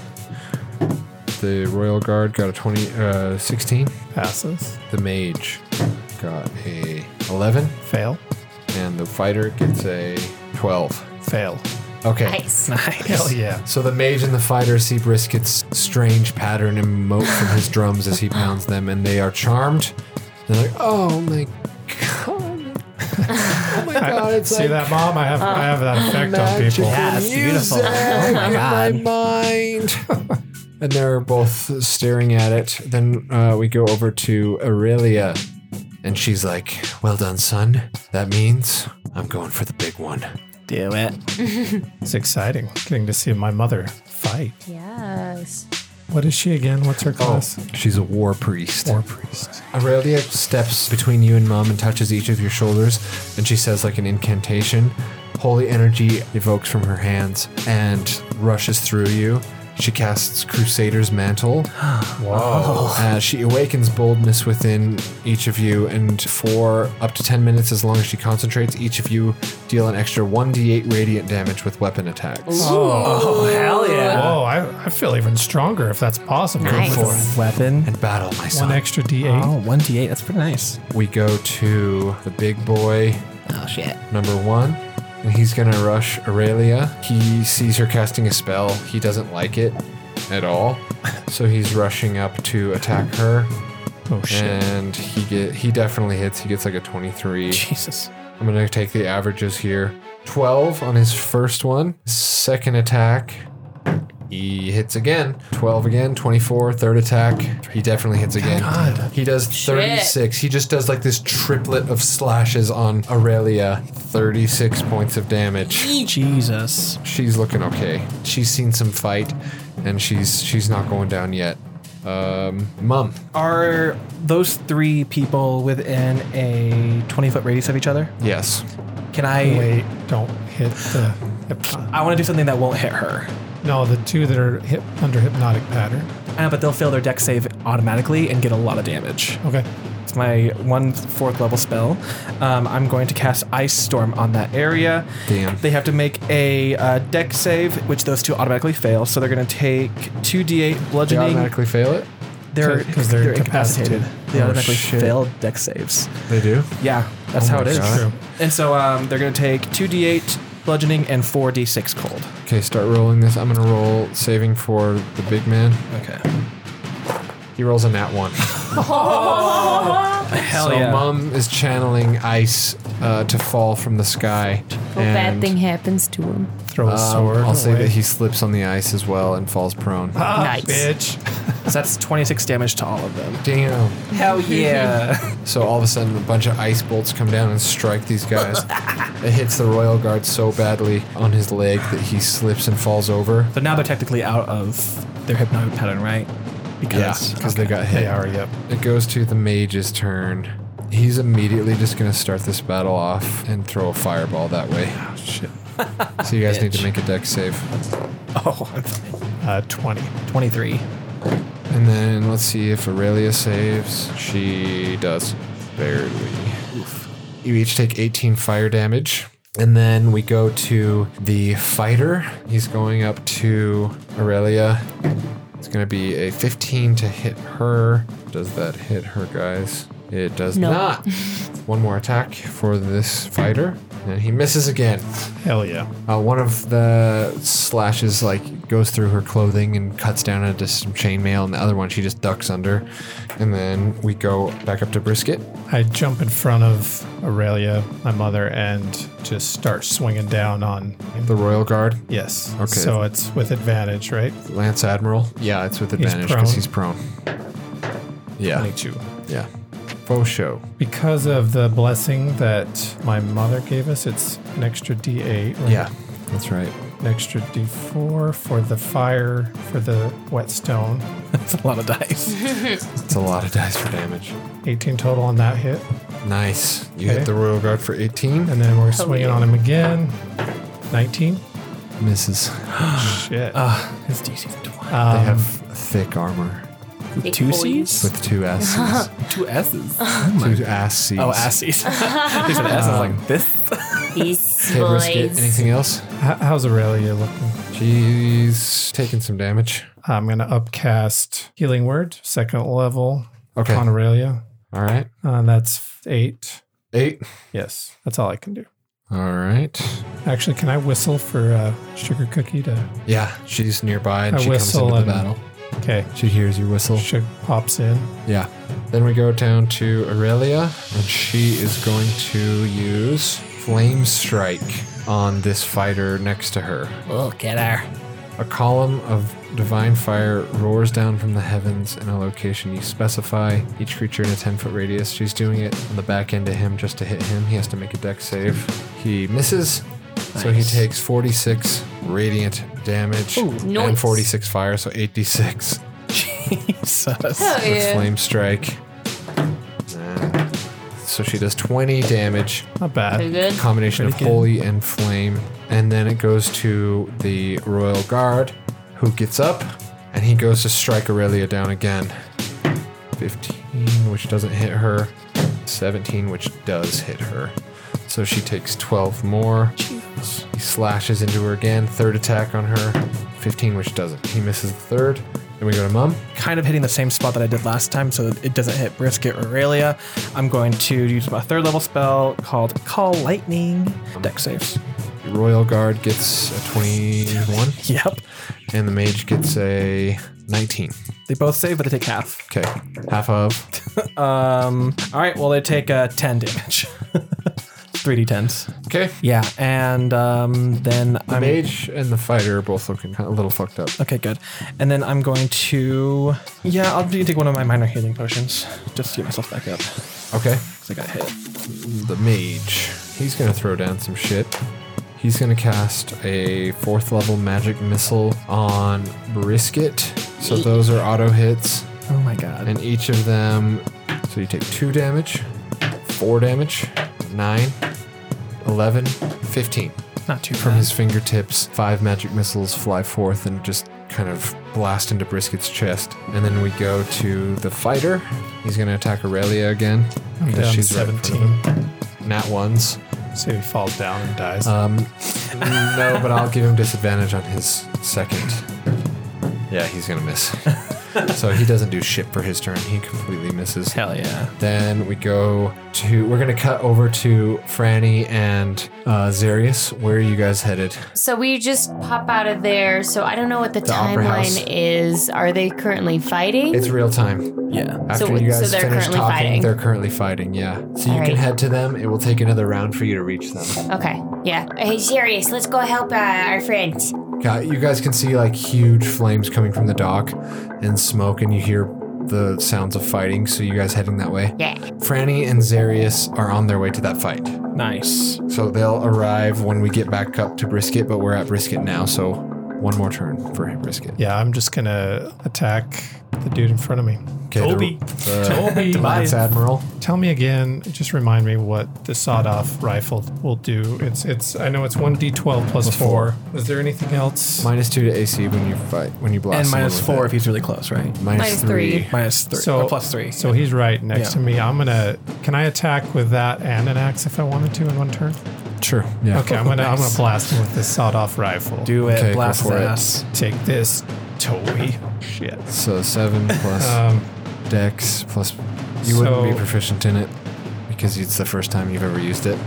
The royal guard got a 20, uh, 16.
Passes.
The mage got a 11,
Fail.
and the fighter gets a 12.
Fail.
Okay.
Hell yeah.
So the mage and the fighter see Brisket's strange pattern emote from his drums as he
<laughs>
pounds them, and they are charmed. They're like, "Oh my god! Oh my god! It's
See
like Ah,
that, Mom? I have, I have that effect on
magic
people.
Yeah, it's
music
beautiful. Oh my
in my
god.
mind." <laughs> and they're both staring at it. Then uh, we go over to Aurelia, and she's like, "Well done, son. That means I'm going for the big one."
Do it.
It's exciting getting to see my mother fight.
Yes.
What is she again? What's
Oh.
her class?
she's a war priest.
War priest.
Aurelia steps between you and mom and touches each of your shoulders, and she says like an incantation. Holy energy evokes from her hands and rushes through you. She casts Crusader's <gasps> Mantle. Whoa. Uh, she awakens boldness within each of you, and for up to 10 minutes, as long as she concentrates, each of you deal an extra 1d8 radiant damage with weapon attacks.
Oh, hell yeah.
Whoa, I, I feel even stronger if that's possible.
Nice.
With
Weapon.
And battle, my
One
son.
extra D8.
Oh, 1d8. That's pretty nice.
we go to the big boy,
Oh, shit.
number one. And he's gonna rush Aurelia. He sees her casting a spell. He doesn't like it at
<laughs>
all. So he's rushing up to attack her.
Oh, shit.
And he get he definitely hits. He gets like a 23.
Jesus.
I'm gonna take the averages here. 12 on his first one. Second attack. He hits again. 12 again, 24. Third attack. He definitely hits again. God. He does 36. He just does like this triplet of slashes on Aurelia. 36 points of damage.
Jesus.
She's looking okay. She's seen some fight and she's she's not going down yet. Um, mum.
Are those three people within a 20 foot radius of each other?
Yes.
Can I?
Wait, don't hit the. hypno-
I want to do something that won't hit her.
No, the two that are hip, under hypnotic pattern.
I know, Ah, but they'll fail their deck save automatically and get a lot of damage.
Okay.
It's my one fourth level spell. Um, I'm going to cast Ice Storm on that area.
Damn.
They have to make a uh, deck save, which those two automatically fail. So they're going to take 2d8
They
bludgeoning.
automatically fail it?
they're,
'cause they're incapacitated.
They
Oh,
automatically
shit.
fail deck saves.
They do.
Yeah, that's
Oh
how it
my
is.
God. True.
And so um, they're going to take 2d8 bludgeoning and 4d6 cold.
Okay, start rolling this. I'm gonna roll saving for the big man.
Okay.
He rolls a nat one.
Hell
so
yeah.
mom is channeling ice uh, to fall from the sky.
Well, Oh, bad thing happens to him.
Throw a
um,
sword.
I'll say
away.
that he slips on the ice as well and falls prone.
Ah,
Nice.
bitch.
<laughs> So that's 26 damage to all of them.
Damn.
Hell <laughs> yeah.
So all of a sudden, a bunch of ice bolts come down and strike these guys. <laughs> it hits the royal guard so badly on his leg that he slips and falls over.
so now they're technically out of their hypnotic pattern, right? Because
because they got hit.
They are, yep.
It goes to the mage's turn. He's immediately just gonna start this battle off and throw a fireball that way. Oh, shit. so you guys need to make a deck save.
<laughs> Oh,
Uh, 20.
23.
And then let's see if Aurelia saves. She does. Barely. You each take 18 fire damage. And then we go to the fighter. He's going up to Aurelia. It's going to be a 15 to hit her. Does that hit her, guys? It does not. One more attack for this fighter. And he misses again.
Hell yeah.
Uh, one of the slashes like goes through her clothing and cuts down into some chainmail, and the other one she just ducks under. And then we go back up to Brisket.
I jump in front of Aurelia, my mother, and just start swinging down on
The Royal Guard,
Yes.
Okay.
So it's with advantage, right?
Lance Admiral. Yeah, it's with advantage because
prone.
he's prone. Yeah,
22.
yeah. Faux show.
Because of the blessing that my mother gave us, it's an extra D8. Right?
Yeah, that's right.
An extra D4 for the fire, for the whetstone.
That's a lot of dice.
It's a lot of dice for damage.
18 total on that hit.
Nice. You
Okay.
hit the Royal Guard for 18.
And then we're swinging on him again.
<sighs>
19.
Misses.
Shit.
Uh.
His DC's a 20.
They have thick armor
two C's?
with two S's.
Two S's?
two ass C's.
Oh, S's. There's an S. I was like, this? <laughs>
These
Okay, Brisket,
boys.
anything else?
H- how's Aurelia looking?
She's taking some damage.
I'm going to upcast Healing Word, second level
Okay.
on Aurelia.
All right.
Uh, that's eight.
Eight.
Yes. That's all I can do.
All right.
Actually, can I whistle for uh, Sugar Cookie to.
Yeah, she's nearby and
I
she comes
whistle
into the
and-
battle.
Okay.
She hears your whistle.
Sugar pops in.
Yeah. Then we go down to Aurelia, and she is going to use Flame Strike on this fighter next to her.
Look at her.
A column of divine fire roars down from the heavens in a location you specify. Each creature in a 10 foot radius. She's doing it on the back end of him just to hit him. He has to make a deck save. He misses. So he takes 46 radiant damage and
nice.
46 fire, so 86
Jesus.
Oh,
with flame strike. And so she does 20 damage
Not bad.
good.
combination of holy and flame. And then it goes to the royal guard, who gets up, and he goes to strike Aurelia down again. 15, which doesn't hit her. 17, which does hit her. So she takes 12 more. He slashes into her again. Third attack on her. 15, which doesn't. He misses the third. Then we go to Mum.
Kind of hitting the same spot that I did last time, so it doesn't hit Brisket or Aurelia. I'm going to use my third level spell called Call Lightning. Deck saves.
The royal guard gets a 21,
Yep.
and the mage gets a 19.
They both save, but they take half.
Okay, half of.
Um. All right. Well, they take uh, ten damage. <laughs> Three d10s.
Okay.
Yeah, and um, then I'm
mage and the fighter are both looking kind of a little fucked up.
okay. Good. And then I'm going to yeah. I'll do- take one of my minor healing potions just to get myself back up because
Okay.
I got hit.
The mage. He's gonna throw down some shit. He's gonna cast a fourth level magic missile on Brisket. So those are auto hits,
Oh my god.
and each of them. So you take two damage, four damage, nine, 11, 15.
Not too
From
bad.
his fingertips, five magic missiles fly forth and just kind of blast into Brisket's chest. And then we go to the fighter. He's going to attack Aurelia again. because
Down
right in front of
17.
him. Nat ones.
so he falls down and dies.
Um, no, but I'll give him disadvantage on his second. Yeah, he's going to miss. so he doesn't do shit for his turn. He completely misses.
Hell yeah.
Then we go to. We're going to cut over to Franny and uh, Zarius. Where are you guys headed?
So we just pop out of there. So I don't know what the,
Opera House.
timeline is. Are they currently fighting?
It's real time.
Yeah.
After
So-
you
so
guys
they're
finish
currently
talking,
fighting?
they're currently fighting. Yeah. So you
All
can
right.
head to them. It will take another round for you to reach them.
okay. Yeah.
Hey, Sirius, let's go help uh, our friends.
God, you guys can see like huge flames coming from the dock and smoke, and you hear the sounds of fighting. So you guys heading that way?
Yeah.
Franny and Zarius are on their way to that fight.
Nice.
So they'll arrive when we get back up to Brisket, but we're at Brisket now. So one more turn for Brisket.
yeah, I'm just going to attack the dude in front of me.
Okay, the-
Toby.
the
Toby.
Lance Admiral.
Tell me again, just remind me what the sawed off rifle will do. It's it's I know it's 1d12 plus 4. Is there anything else?
Minus two to AC when you fight when you blast.
And
someone
minus
with
four
it.
if he's really close, right?
Minus
Minus
three.
three.
Minus three.
So-
or plus three.
So he's right next
Yeah.
to me. I'm going to Can I attack with that and an axe if I wanted to in one turn?
Sure. Yeah.
Okay, I'm going to I'm going
Nice.
to blast him with this sawed off rifle.
do it.
Okay, go
blast his
for it.
ass.
Take this, Toby. Shit.
So seven plus
Um
dex plus. You wouldn't be
so-
proficient in it because it's the first time you've ever used it.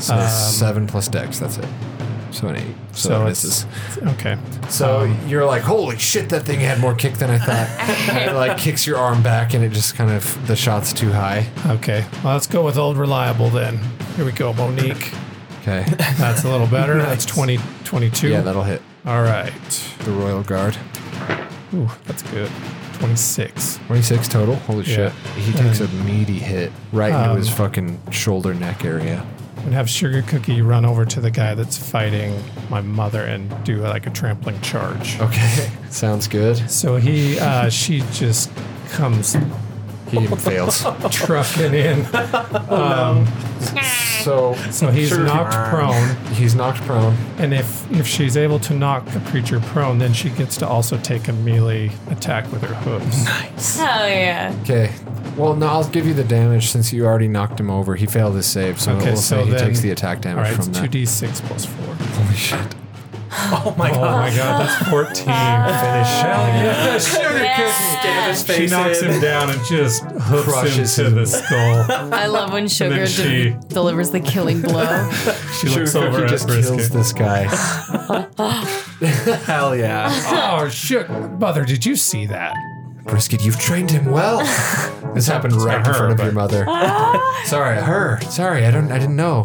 So seven plus dex, that's it. So an eight.
Um, so
So, it
it's-
misses.
Okay.
So you're like, holy shit, that thing had more kick than I thought. and it like kicks your arm back and it just kind of, the shot's too high.
Okay. Well, let's go with old reliable then. Here we go, Monique. <laughs>
Okay.
That's a little better. That's 20, 22.
yeah, that'll hit
All right.
the Royal Guard.
Ooh, that's good. 26.
26 total. Holy
Yeah.
shit. He takes a meaty hit right into
Um,
his fucking shoulder neck area.
And have Sugar Cookie run over to the guy that's fighting my mother and do like a trampling charge.
Okay. <laughs> Sounds good.
So he, uh, she just comes
He even fails.
trucking in.
So
So he's
Sugar
knocked
Cookie-
prone.
he's knocked prone.
And if, if she's able to knock a creature prone, then she gets to also take a melee attack with her hooves.
<laughs>
Oh yeah.
Okay. Well, no, I'll give you the damage since you already knocked him over. He failed his save, so
Okay,
we'll
so
say he
then-
takes the attack
All
damage
right, it's
from that.
2d6 plus 4. Oh
Holy shit.
my god, that's <laughs> 14. she knocks him down and just
Crushes
crushes him
him.
to the
<laughs>
skull.
I love when sugar
then she-
de- delivers the <laughs> killing blow.
She looks
Sugar
over
Cookie
at
just kills
Brisket. <laughs>
this guy. <laughs> Hell yeah.
Oh shit, mother! Did you see that?
Brisket, you've trained him well. This happened right
to
in
her,
front of
but-
your mother. Sorry, her. Sorry, I don't. I didn't know.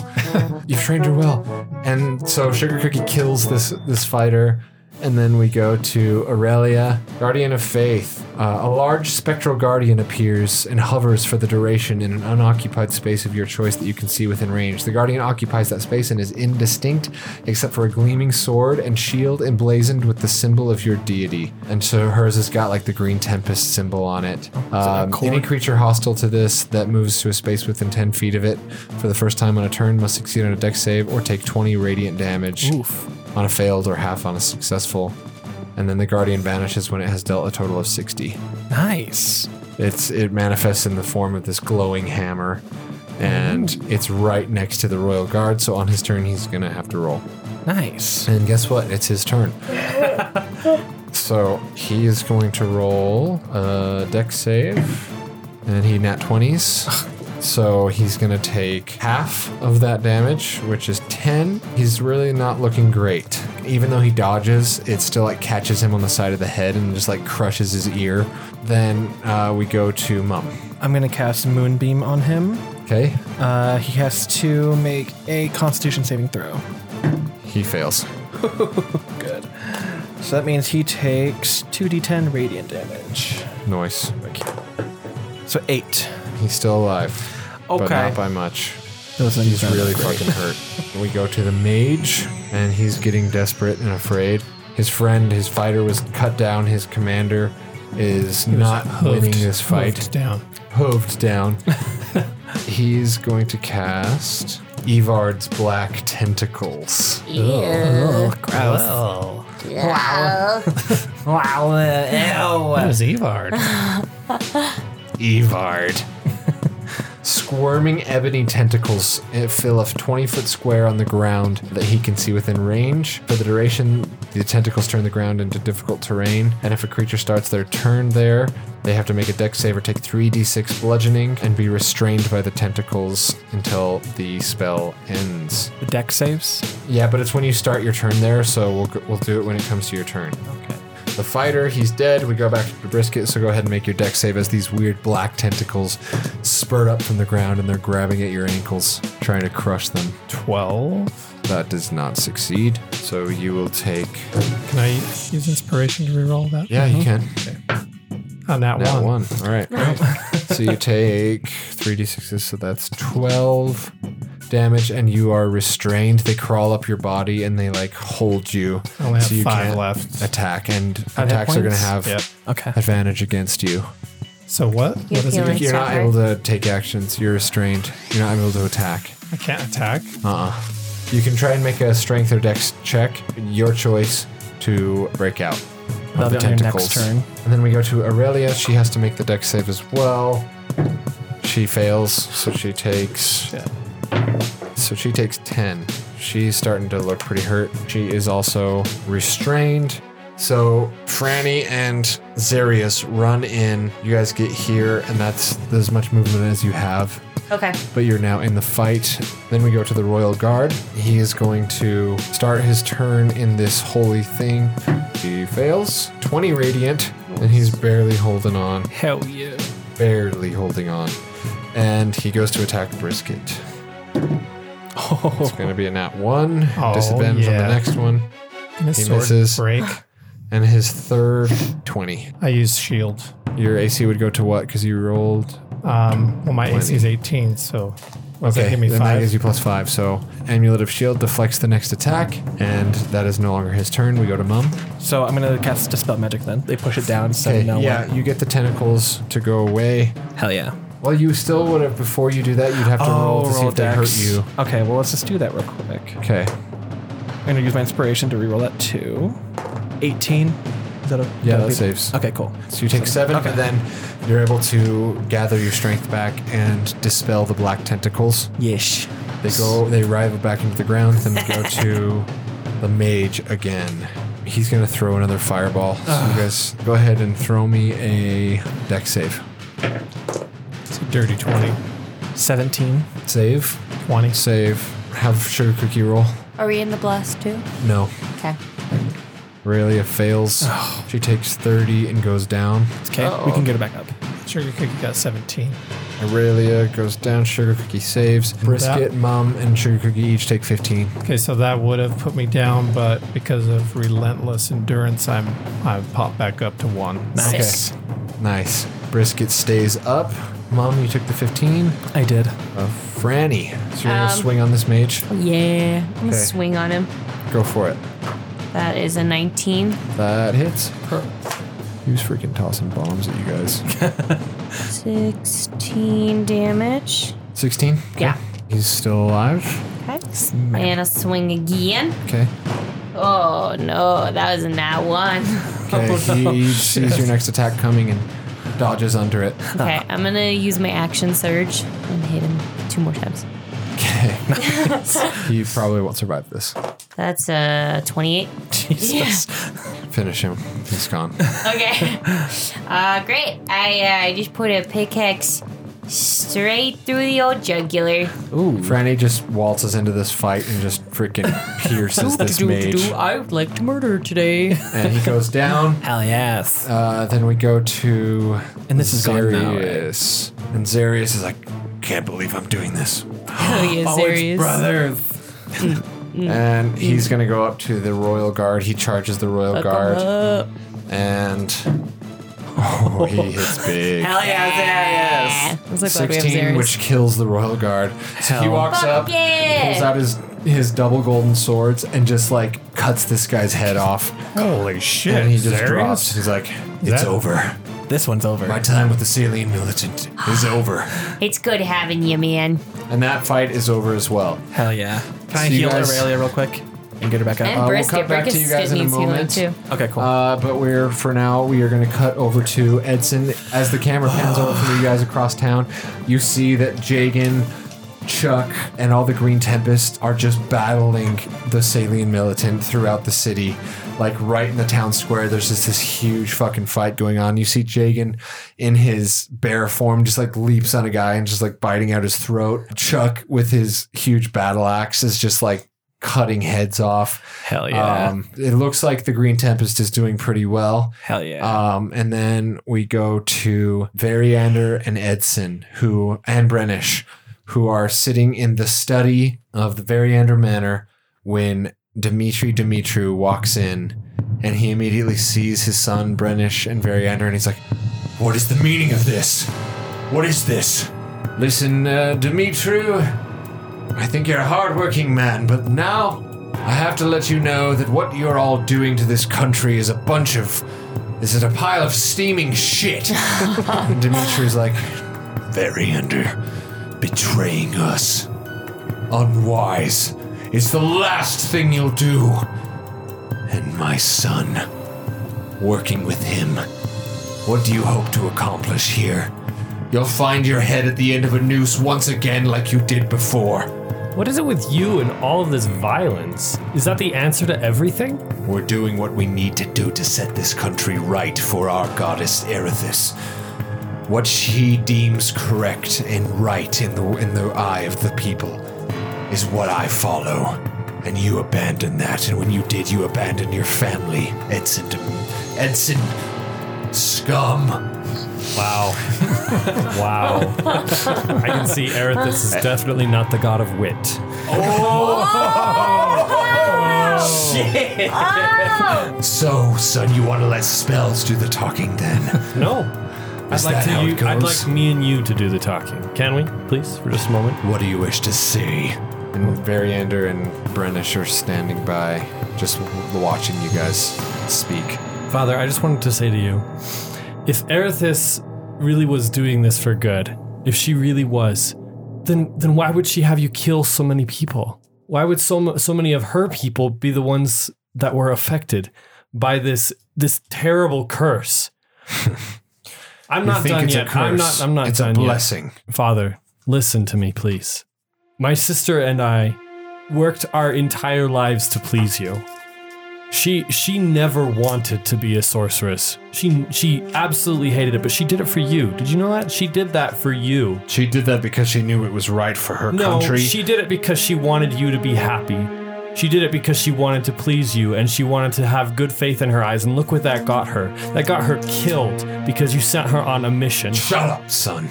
You've trained her well. And so Sugar Cookie kills this this fighter, and then we go to Aurelia, Guardian of Faith. Uh, a large spectral guardian appears and hovers for the duration in an unoccupied space of your choice that you can see within range. The guardian occupies that space and is indistinct, except for a gleaming sword and shield emblazoned with the symbol of your deity. And so hers has got like the green tempest symbol on it. Um, any creature hostile to this that moves to a space within 10 feet of it for the first time on a turn must succeed on a dex save or take 20 radiant damage on a failed or half on a successful. And then the guardian vanishes when it has dealt a total of 60.
Nice.
It's it manifests in the form of this glowing hammer, and it's right next to the royal guard. So on his turn, he's gonna have to roll.
Nice.
And guess what? It's his turn. so he is going to roll a deck save, and he nat twenties. So he's gonna take half of that damage, which is ten. He's really not looking great. Even though he dodges, it still like catches him on the side of the head and just like crushes his ear. Then uh, we go to Mum.
I'm gonna cast Moonbeam on him.
Okay,
Uh, he has to make a Constitution saving throw.
he fails.
Good. So that means he takes 2d10 radiant damage.
Noise.
So eight.
He's still alive, but
Okay.
not by much.
Those things
He's
aren't
really
great.
fucking
<laughs>
hurt. We go to the mage, and he's getting desperate and afraid. His friend, his fighter, was cut down. His commander is not winning this
Hoofed
fight.
down.
Hoved
<laughs>
down. he's going to cast Evard's Black Tentacles.
Oh, Wow. uh,
That was Evard.
Evard. Squirming ebony tentacles eh, fill a 20 foot square on the ground that he can see within range. For the duration, the tentacles turn the ground into difficult terrain, and if a creature starts their turn there, they have to make a dex save or take 3d6 bludgeoning and be restrained by the tentacles until the spell ends.
ew. The deck saves.
Yeah, but it's when you start your turn there, so we'll, go- we'll do it when it comes to your turn.
Okay.
The fighter, he's dead. We go back to Brisket, so go ahead and make your deck save as these weird black tentacles spurt up from the ground and they're grabbing at your ankles, trying to crush them.
12.
That does not succeed, so you will take.
Can I use inspiration to reroll that?
Yeah, you can.
On that,
That
Mm-hmm. one.
one. All right. <laughs> so you take 3d6s, so that's 12 damage, and you are restrained. They crawl up your body and they like hold you.
I only have
so you
5
can't
left.
Attack, and
hit
attacks are going to
points?
have
Yep.
Okay.
advantage against you.
So what? What is
If
it?
you're not able to take actions, you're restrained. You're not able to attack.
I can't attack.
Uh-uh. You can try and make a strength or dex check, your choice, to break out. of
That'll be on your next turn.
And then we go to Aurelia. She has to make the dex save as well. She fails, so she takes. So she takes 10. She's starting to look pretty hurt. She is also restrained. So Franny and Zarius run in. You guys get here, and that's as much movement as you have.
Okay.
but you're now in the fight. Then we go to the Royal Guard. He is going to start his turn in this holy thing. He fails. 20 radiant, and he's barely holding on. Hell yeah. Barely holding on. And he goes to attack Brisket. It's going to be a nat one.
Oh,
Disadvantage on
yeah.
the next one.
And a
He
sword
misses.
break.
And his third 20.
I use shield.
Your AC would go to what? Because you rolled
Um, well, my AC is 18, so okay, that give me
then that gives
five.
you plus five. So amulet of shield deflects the next attack, and that is no longer his turn. We go to Mum.
So I'm gonna cast dispel magic then. They push it down so
Okay,
no
yeah,
one.
you get the tentacles to go away.
Hell yeah.
Well, you still would have before you do that. You'd have to
Oh,
Oh, roll to see if
dex.
they hurt you.
Okay, well let's just do that real quick.
Okay.
I'm gonna use my inspiration to reroll that too. 18. Is that a
Yeah, that
be-
saves.
Okay, cool.
So you take seven,
Okay.
and then you're able to gather your strength back and dispel the black tentacles.
Yesh.
They go, they rival back into the ground, then we go to the mage again. He's gonna throw another fireball. So you guys go ahead and throw me a deck save.
It's a dirty 20.
17.
Save.
20.
Save. Have sugar cookie roll.
Are we in the blast too?
No.
Okay.
Aurelia fails. She takes 30 and goes down.
Okay, we can get it back up.
Sugar Cookie got 17.
Aurelia goes down. Sugar cookie saves. Brisket, mom, and sugar cookie each take 15.
Okay, so that would have put me down, but because of relentless endurance, I'm I'm popped back up to one.
Nice.
Nice. Brisket stays up. Mom, you took the 15.
I did.
Uh, Franny. So you're going to swing on this mage?
um, Yeah. I'm gonna
Okay.
swing on him.
Go for it.
That is a 19.
That hits. He was freaking tossing bombs at you guys.
16 damage.
16?
Yeah.
He's still alive.
Okay. And a swing again.
Okay.
Oh no, that was a nat one.
Oh,
Okay, he sees your next attack coming and dodges under
<laughs>
it.
Okay, I'm gonna use my action surge and hit him two more times.
Okay. he probably won't survive this.
That's a 28.
Jesus.
Finish him. He's gone.
Okay. uh, great. I uh, just put a pickaxe straight through the old jugular.
Franny just waltzes into this fight and just freaking
<laughs>
pierces this mage.
I would like to murder today.
And he goes down.
Hell yes.
Uh, then we go to
And this is gone now, right?
Zarius. And Zarius is like, can't believe I'm doing this.
Oh, yeah, serious.
Brothers. and he's gonna go up to the royal guard. He charges the royal
uh-huh.
guard. And oh, he hits big.
Hell yes, hell yes.
I'm so glad we have
16,
Zarius.
which kills the royal guard. So he
Hell.
walks up,
yeah.
pulls out his his double golden swords, and just like cuts this guy's head off.
Holy shit.
And he just
Zarius?
drops. He's like, "It's
That-
over.
This one's over.
My time with the Saline militant is over."
It's good having you, man.
And that fight is over as well.
Hell yeah. Can I
So you
heal
guys-
Aurelia real quick and get her back
And
up?
brisket.
Uh, cut back to
brisket
you guys in a
needs healing
moment.
too.
okay, cool.
Uh, but we're for now we are going to cut over to Edson as the camera pans over from you guys across town. You see that Jagan, Chuck, and all the Green Tempest are just battling the Salian militant throughout the city. Like right in the town square, there's just this huge fucking fight going on. You see Jagan in his bear form, just like leaps on a guy and just like biting out his throat. Chuck with his huge battle axe is just like cutting heads off.
Hell yeah.
Um, it looks like the Green Tempest is doing pretty well.
Hell yeah.
Um, and then we go to Variander and Edson, who and Brenish, who are sitting in the study of the Variander Manor when Dimitri Dimitru walks in and he immediately sees his son Brenish and Variander and he's like, What is the meaning of this? What is this? Listen, uh, Dimitru, I think you're a hardworking man, but now I have to let you know that what you're all doing to this country is a bunch of. is it a pile of steaming shit? and <laughs> Dimitri's like, Variander, betraying us. Unwise is the last thing you'll do. And my son, working with him, what do you hope to accomplish here? You'll find your head at the end of a noose once again, like you did before.
What is it with you and all of this violence? Is that the answer to everything?
We're doing what we need to do to set this country right for our goddess Erithis. what she deems correct and right in the in the eye of the people is what I follow. And you abandoned that, and when you did, you abandoned your family, Edson, Dem- Edson, scum.
Wow. <laughs> wow. I can see Aerith. This is definitely not the god of wit.
So, son, you want to let spells do the talking then? <laughs>
No.
Is
I'd like,
that how
to, you,
it
I'd
goes?
like me and you to do the talking. Can we, please, for just a moment?
What do you wish to see?
And Variander and Brennish are standing by, just w- watching you guys speak.
Father, I just wanted to say to you if Erithis really was doing this for good, if she really was, then then why would she have you kill so many people? Why would so mu- so many of her people be the ones that were affected by this this
<laughs>
terrible curse? I'm not
think
done
it's a
yet. I'm
curse.
not I'm not
It's a
done yet.
blessing.
Father, listen to me, please. My sister and I worked our entire lives to please you. She she never wanted to be a sorceress. She she absolutely hated it, but she did it for you. Did you know that? She did that for you.
She did that because she knew it was right for her
No,
country.
she did it because she wanted you to be happy. She did it because she wanted to please you and she wanted to have good faith in her eyes. And look what that got her. That got her killed because you sent her on a mission.
Shut up, son.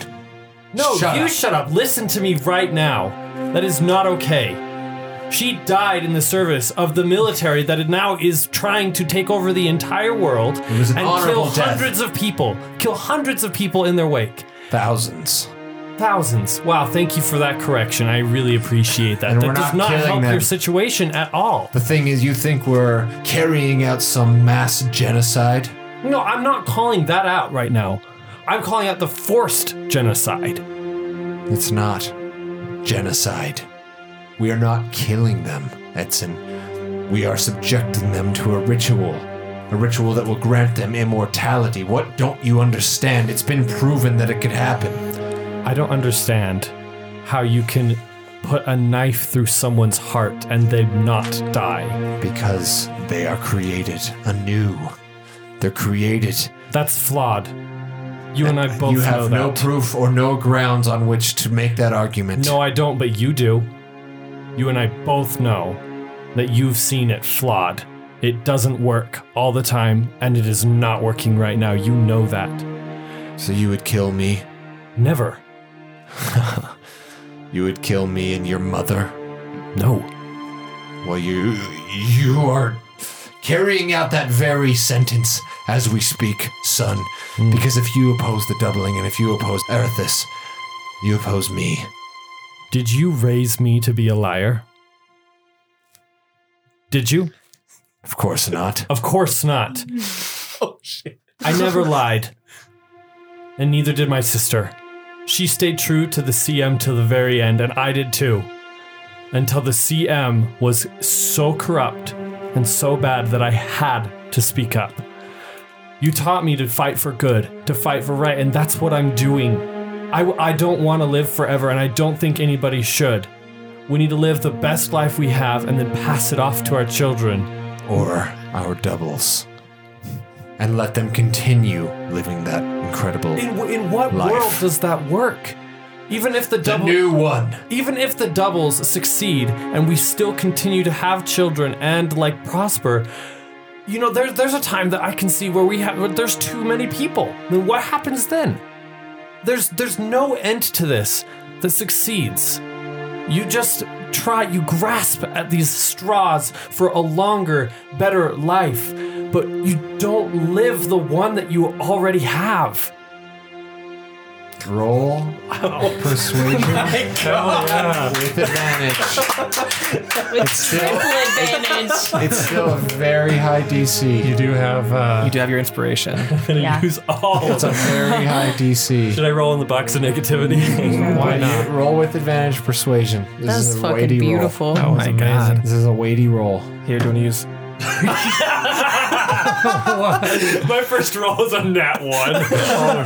No,
Shut
you
up.
shut up. Listen to me right now. That is not okay. She died in the service of the military that it now is trying to take over the entire world
was an
and kill
honorable death.
hundreds of people. Kill hundreds of people in their wake.
Thousands.
Thousands. Wow, thank you for that correction. I really appreciate that.
And
that
we're
does
not
not
killing
help
them.
your situation at all.
The thing is, you think we're carrying out some mass genocide?
No, I'm not calling that out right now. I'm calling out the forced genocide.
It's not genocide. We are not killing them, Edson. We are subjecting them to a ritual. A ritual that will grant them immortality. What don't you understand? It's been proven that it could happen.
I don't understand how you can put a knife through someone's heart and they not die.
Because they are created anew. They're created
That's flawed. You and I both
you
know
have no
that.
proof or no grounds on which to make that argument.
no, I don't, but you do. You and I both know that you've seen it flawed. It doesn't work all the time, and it is not working right now. You know that.
So you would kill me.
Never.
You would kill me and your mother.
No.
Well, you you are carrying out that very sentence as we speak, son. Because if you oppose the doubling and if you oppose Erithus, you oppose me.
Did you raise me to be a liar? Did you?
Of course not.
Of course not. <laughs> oh shit. I never lied. And neither did my sister. She stayed true to the CM to the very end, and I did too. Until the CM was so corrupt and so bad that I had to speak up. You taught me to fight for good, to fight for right, and that's what I'm doing. I, I don't want to live forever, and I don't think anybody should. We need to live the best life we have and then pass it off to our children.
Or our doubles. And let them continue living that incredible
In, w- in what
Life.
world does that work? Even if the
the
double,
new one.
even if the doubles succeed and we still continue to have children and like prosper, you know, there's there's a time that I can see where we have where there's too many people. Then what happens then? There's there's no end to this that succeeds. You just try, you grasp at these straws for a longer, better life, but you don't live the one that you already have.
Roll
Oh. <laughs>
persuasion with advantage.
<laughs>
it's still
advantage.
it's still a very high DC.
You do have uh,
You do have your inspiration.
use all of
It's a very high DC.
oh, Should I roll in the box of <laughs> negativity?
Why not? Roll with advantage persuasion. This
That's
is a
fucking
weighty
beautiful. <laughs>
That
Oh
was amazing.
Roll. This is a weighty roll.
<laughs> Here, do you want to use?
My first roll is a nat one.
Well,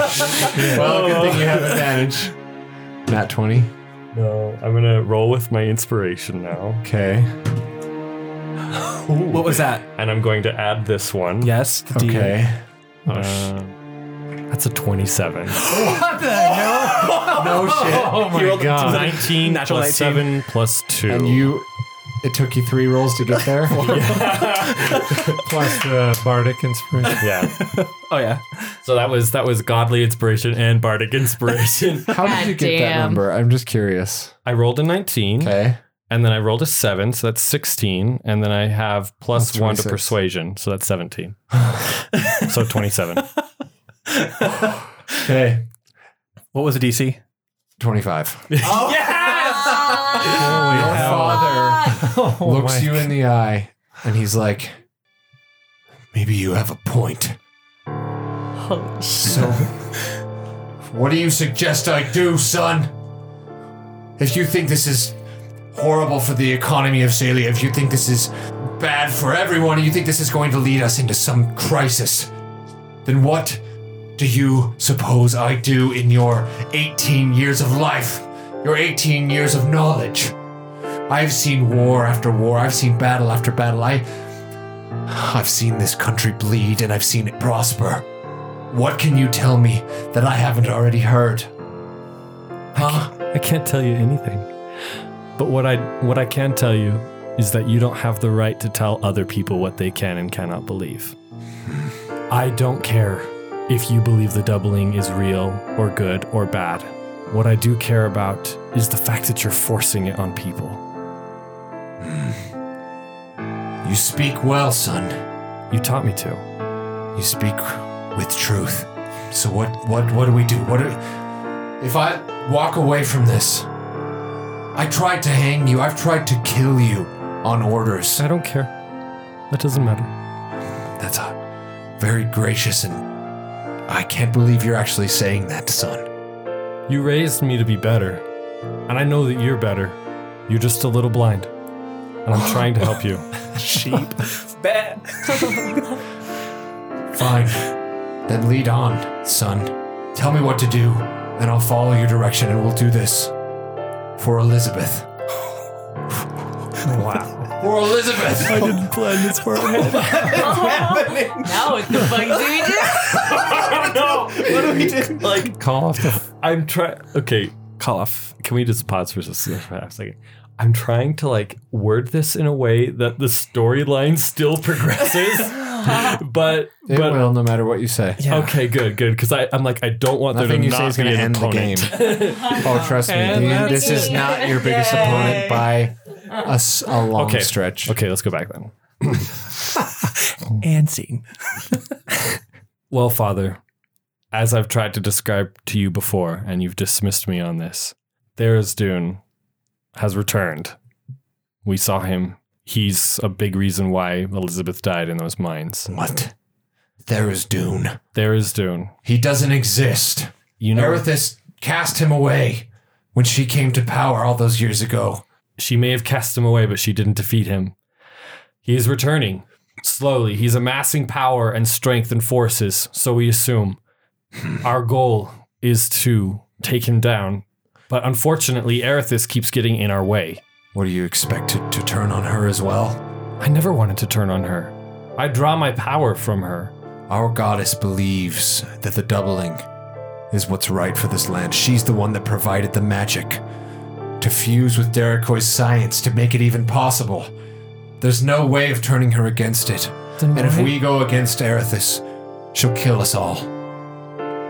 good thing you have advantage. Nat 20.
<laughs> no, I'm gonna roll with my inspiration now,
Okay.
What was that?
and I'm going to add this one.
Yes. the D.
Okay.
Uh, That's a <gasps> 27.
No shit.
oh my god. 19
Natural
plus
19.
7 plus 2.
And you, it took you three rolls to get <laughs> there.
Plus the bardic inspiration.
yeah.
Oh yeah.
So that was that was godly inspiration and bardic inspiration.
How did you get that
Goddamn.
number? I'm just curious.
I rolled a 19
Okay.
and then I rolled a 7, so that's 16 and then I have plus
That's
1 to
26.
persuasion, so that's 17. so 27.
Okay.
What was the DC?
25.
Holy
Oh. Your father looks you in the eye and he's like, maybe you have a point. So, what do you suggest I do, son? If you think this is horrible for the economy of Salia, if you think this is bad for everyone, and you think this is going to lead us into some crisis, then what do you suppose I do in your 18 years of life? Your 18 years of knowledge? I've seen war after war. I've seen battle after battle. I, I've seen this country bleed and I've seen it prosper. What can you tell me that I haven't already heard? Huh?
I can't tell you anything. But what I what I can tell you is that you don't have the right to tell other people what they can and cannot believe. I don't care if you believe the doubling is real or good or bad. What I do care about is the fact that you're forcing it on people.
You speak well, son.
You taught me to.
You speak with truth. So what? What? What do we do? What? Do if I walk away from this, I tried to hang you. I've tried to kill you on orders.
I don't care. That doesn't matter.
That's uh, very gracious, and I can't believe you're actually saying that, son.
You raised me to be better, and I know that you're better. You're just a little blind, <laughs> and I'm trying to help you.
Sheep. Bad.
Fine. then lead on, son. Tell me what to do, and I'll follow your direction, and we'll do this. For Elizabeth. wow. For Elizabeth!
didn't plan this far ahead.
Oh. Now what the fuck do we do?
<laughs> Oh, like call off the I'm trying Okay,
Call off.
can we just pause for just a second? I'm trying to like word this in a way that the storyline still progresses, but
It
but
will, no matter what you say.
okay, good, good, because I I'm like I don't want there
Nothing
to
you
not
say is
be
going to
an
end
opponent.
the game. oh, trust me.
And
you-
that's
this is
it.
not your biggest opponent by a, s- a long
Okay.
stretch.
Okay, let's go back then.
And scene.
Well, Father, as I've tried to describe to you before, and you've dismissed me on this, Theras Dune has returned. We saw him. He's a big reason why Elizabeth died in those mines.
What? There is Dune.
Theras Dune.
He doesn't exist.
You know
Erithis cast him away when she came to power all those years ago.
She may have cast him away, but she didn't defeat him. He is returning. Slowly, he's amassing power and strength and forces, so we assume. Our goal is to take him down, but unfortunately, Erithis keeps getting in our way.
What do you expect to, to turn on her as well?
I never wanted to turn on her. I draw my power from her.
Our goddess believes that the doubling is what's right for this land. She's the one that provided the magic to fuse with Derekoi's science to make it even possible. There's no way of turning her against it. And if we go against Erithis, she'll kill us all.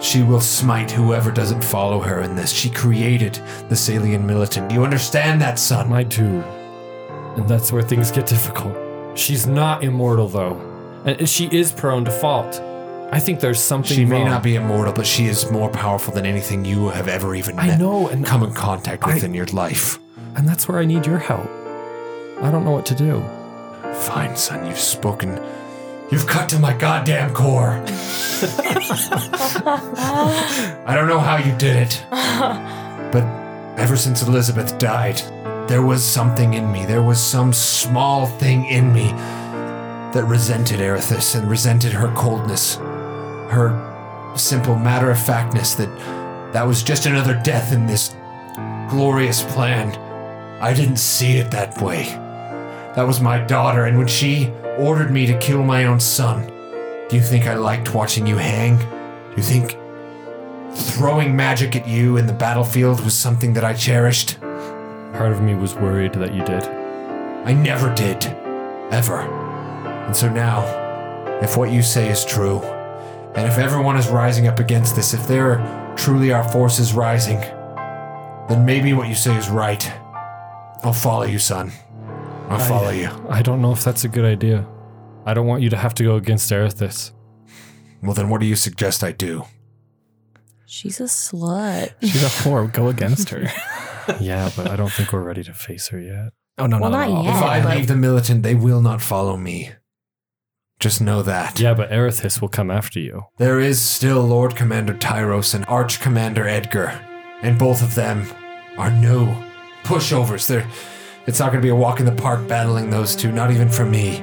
She will smite whoever doesn't follow her in this. She created the Salian militant. You understand that, son?
I do. And that's where things get difficult. She's not immortal, though. And she is prone to fault. I think there's something
She may
wrong.
not be immortal, but she is more powerful than anything you have ever even
I
met-
know, and-
come in contact with
I-
in your life.
And that's where I need your help. I don't know what to do.
Fine, son, you've spoken. You've cut to my goddamn core. I don't know how you did it, but ever since Elizabeth died, there was something in me. There was some small thing in me that resented Erithus and resented her coldness, her simple matter of factness that that was just another death in this glorious plan. I didn't see it that way. That was my daughter, and when she ordered me to kill my own son, do you think I liked watching you hang? Do You think throwing magic at you in the battlefield was something that I cherished?
Part of me was worried that you did.
I never did. Ever. And so now, if what you say is true, and if everyone is rising up against this, if there truly are forces rising, then maybe what you say is right. I'll follow you, son. I'll
I-
follow you.
I don't know if that's a good idea. I don't want you to have to go against <laughs> Erithis.
Well, then what do you suggest I do?
She's a slut.
She's a whore. Go against her.
yeah, but I don't think we're ready to face her yet.
Oh no,
Well,
no,
not
no.
If
yet.
I
but-
leave the militant, they will not follow me. Just know that.
Yeah, but Erithis will come after you.
There is still Lord Commander Tyros and Arch Commander Edgar, and both of them are no pushovers. They're, it's not going to be a walk in the park battling those two, not even for me.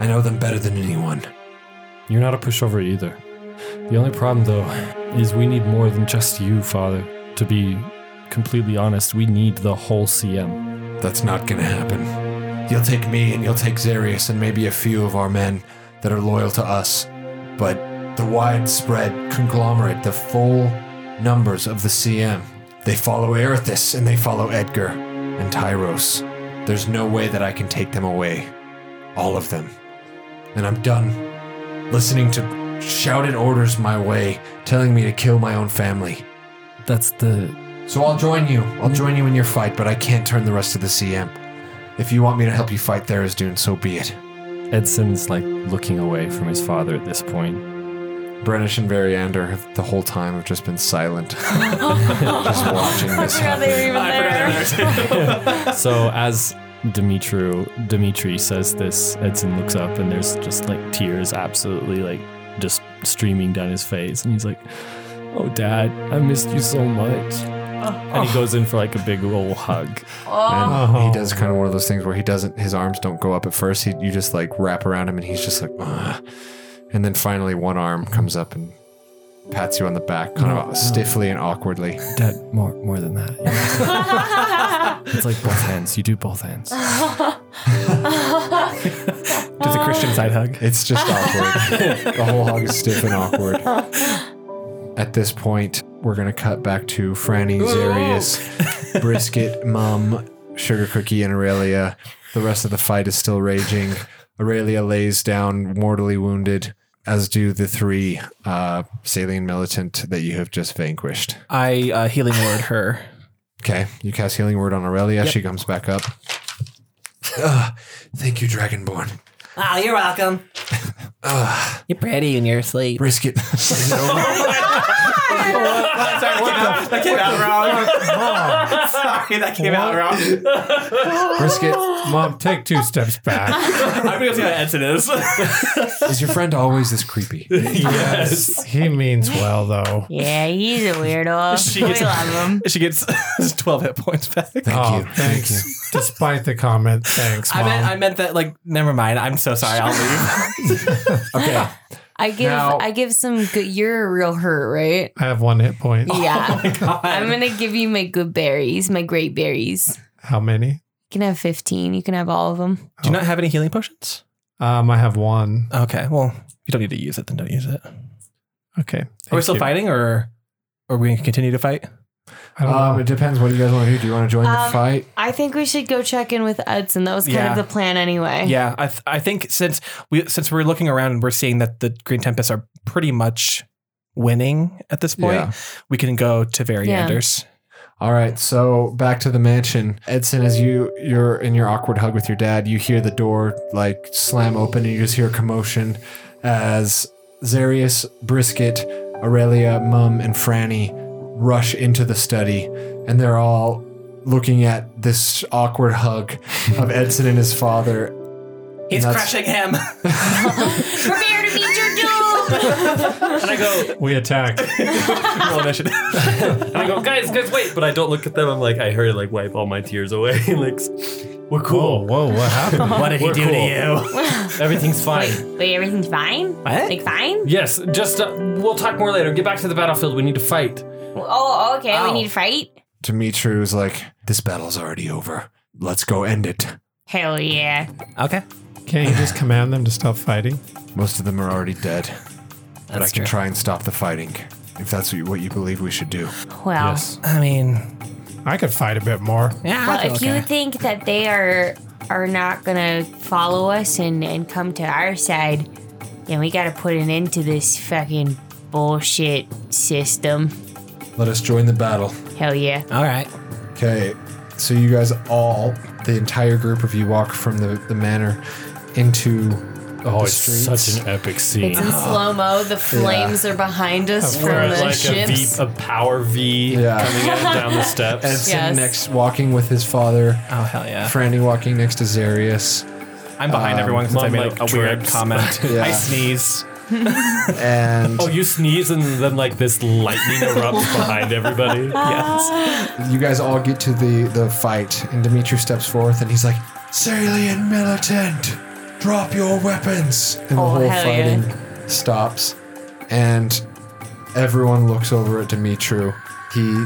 I know them better than anyone.
You're not a pushover either. The only problem, though, is we need more than just you, Father. To be completely honest, we need the whole CM.
That's not going to happen. You'll take me and you'll take Zarius and maybe a few of our men that are loyal to us, but the widespread conglomerate, the full numbers of the CM, they follow Erithus and they follow Edgar and Tyros. There's no way that I can take them away. All of them. And I'm done listening to shouted orders my way, telling me to kill my own family.
That's the.
So I'll join you. I'll join you in your fight, but I can't turn the rest of the CM. If you want me to help you fight Therizdun, so be it.
Edson's like looking away from his father at this point.
Brennish and Variander have the whole time have just been silent. <laughs> just watching this happen.
So as Dimitri Dimitri says this, Edson looks up and there's just like tears absolutely like just streaming down his face and he's like, "Oh dad, I missed you so much." And he goes in for like a big old hug.
And he does kind of one of those things where he doesn't his arms don't go up at first. He, you just like wrap around him and he's just like "Ugh." and then finally one arm comes up and pats you on the back kind of stiffly and awkwardly.
Dad, more more than that. it's like both hands. You do both hands. <laughs>
Does a Christian side hug?
It's just awkward. the whole hog is stiff and awkward. At this point, we're gonna cut back to Franny, Zarius, Brisket, Mum, Sugar Cookie, and Aurelia. The rest of the fight is still raging. Aurelia lays down mortally wounded, as do the three uh, Saline militant that you have just vanquished.
<laughs> I uh, healing word her.
Okay, you cast Healing Word on Aurelia. She comes back up. Ah, thank you, Dragonborn.
Oh, you're welcome. <laughs> you're pretty and you're
<laughs>
asleep.
Brisket.
That came out wrong. <laughs> Sorry, that came out wrong.
Brisket,
Mom, take two steps back.
I'm gonna see how Edson <laughs> is.
is your friend always this creepy?
yes. He means well, though.
Yeah, he's a weirdo.
She
we
gets-
love him.
<laughs> she gets <laughs> 12 hit points <laughs> back.
Thank
oh,
you.
thanks. Despite the comment, thanks,
I
Mom.
meant, I meant that, like, never mind. I'm so sorry. I'll <laughs> leave.
Okay.
I give
Now-
I give some good you're a real hurt, right?
I have one hit point.
Yeah. I'm gonna give you my good berries, my great berries.
How many?
You can have 15. You can have all of them.
Do you not have any healing potions?
Um, I have one.
Okay, well, if you don't need to use it, then don't use it.
Okay.
Are we
thank
still
you.
fighting, or are we going to continue to fight?
I don't
Um,
know.
it depends what you guys want to do. Do you want to join the
Um,
fight?
I think we should go check in with Edson. That was kind
Yeah.
of the plan anyway.
Yeah, I th- I think since we since we're looking around and we're seeing that the Green Tempests are pretty much winning at this point,
Yeah.
we can go to
Yeah.
Varianders.
All right. So back to the mansion, Edson. As you you're in your awkward hug with your dad, you hear the door like slam open, and you just hear commotion as Zarius, Brisket, Aurelia, Mum, and Franny rush into the study, and they're all looking at this awkward hug of Edson and his father.
He's
That's-
crushing him. <laughs> and
Prepare to meet your doom.
I go
we attack.
roll initiative.
And I go, guys, guys, wait! But I don't look at them. I'm like, I heard like wipe all my tears away. <laughs> like, we're
Whoa,
cool.
whoa, what happened?
what did he
We're
do
cool.
to you?
Everything's fine.
Wait, everything's fine?
What?
Like fine?
Yes, just uh, we'll talk more later. Get back to the battlefield. We need to fight.
Oh, okay.
Ow.
We need to fight.
Dimitri was like, "This battle's already over. Let's go end it."
Hell yeah.
Okay.
Can't you just command them to stop fighting?
Most of them are already dead. but I can try and stop the fighting if that's what you, what you believe we should do.
Well,
I mean,
I could fight a bit more.
yeah,
Well,
I feel
Uh, if
okay.
you think that they are are not gonna follow us and and come to our side, then we gotta put an end to this fucking bullshit system.
Let us join the battle.
Hell yeah!
all right.
Okay, so you guys all, the entire group of you, walk from the, the manor into
Oh,
the
it's
streets.
such an epic
it's
scene.
in slow mo. The flames are behind us from
Or
the
like a, v,
ships.
a power V
Yeah.
coming up down
<laughs>
the steps.
Edson
Yes.
next walking with his father.
Oh hell yeah!
Franny walking next to Zarius.
I'm behind everyone since I
mom,
made a
like,
weird <laughs>
trips.
comment.
Yeah.
I sneeze.
And
oh, you sneeze and then like this lightning erupts
<laughs>
behind everybody.
Yes.
you guys all get to the, the fight, and Dimitri steps forth and he's like, Salian militant, drop your weapons. And
Oh,
the whole
hell
fighting stops. And everyone looks over at Dimitri. He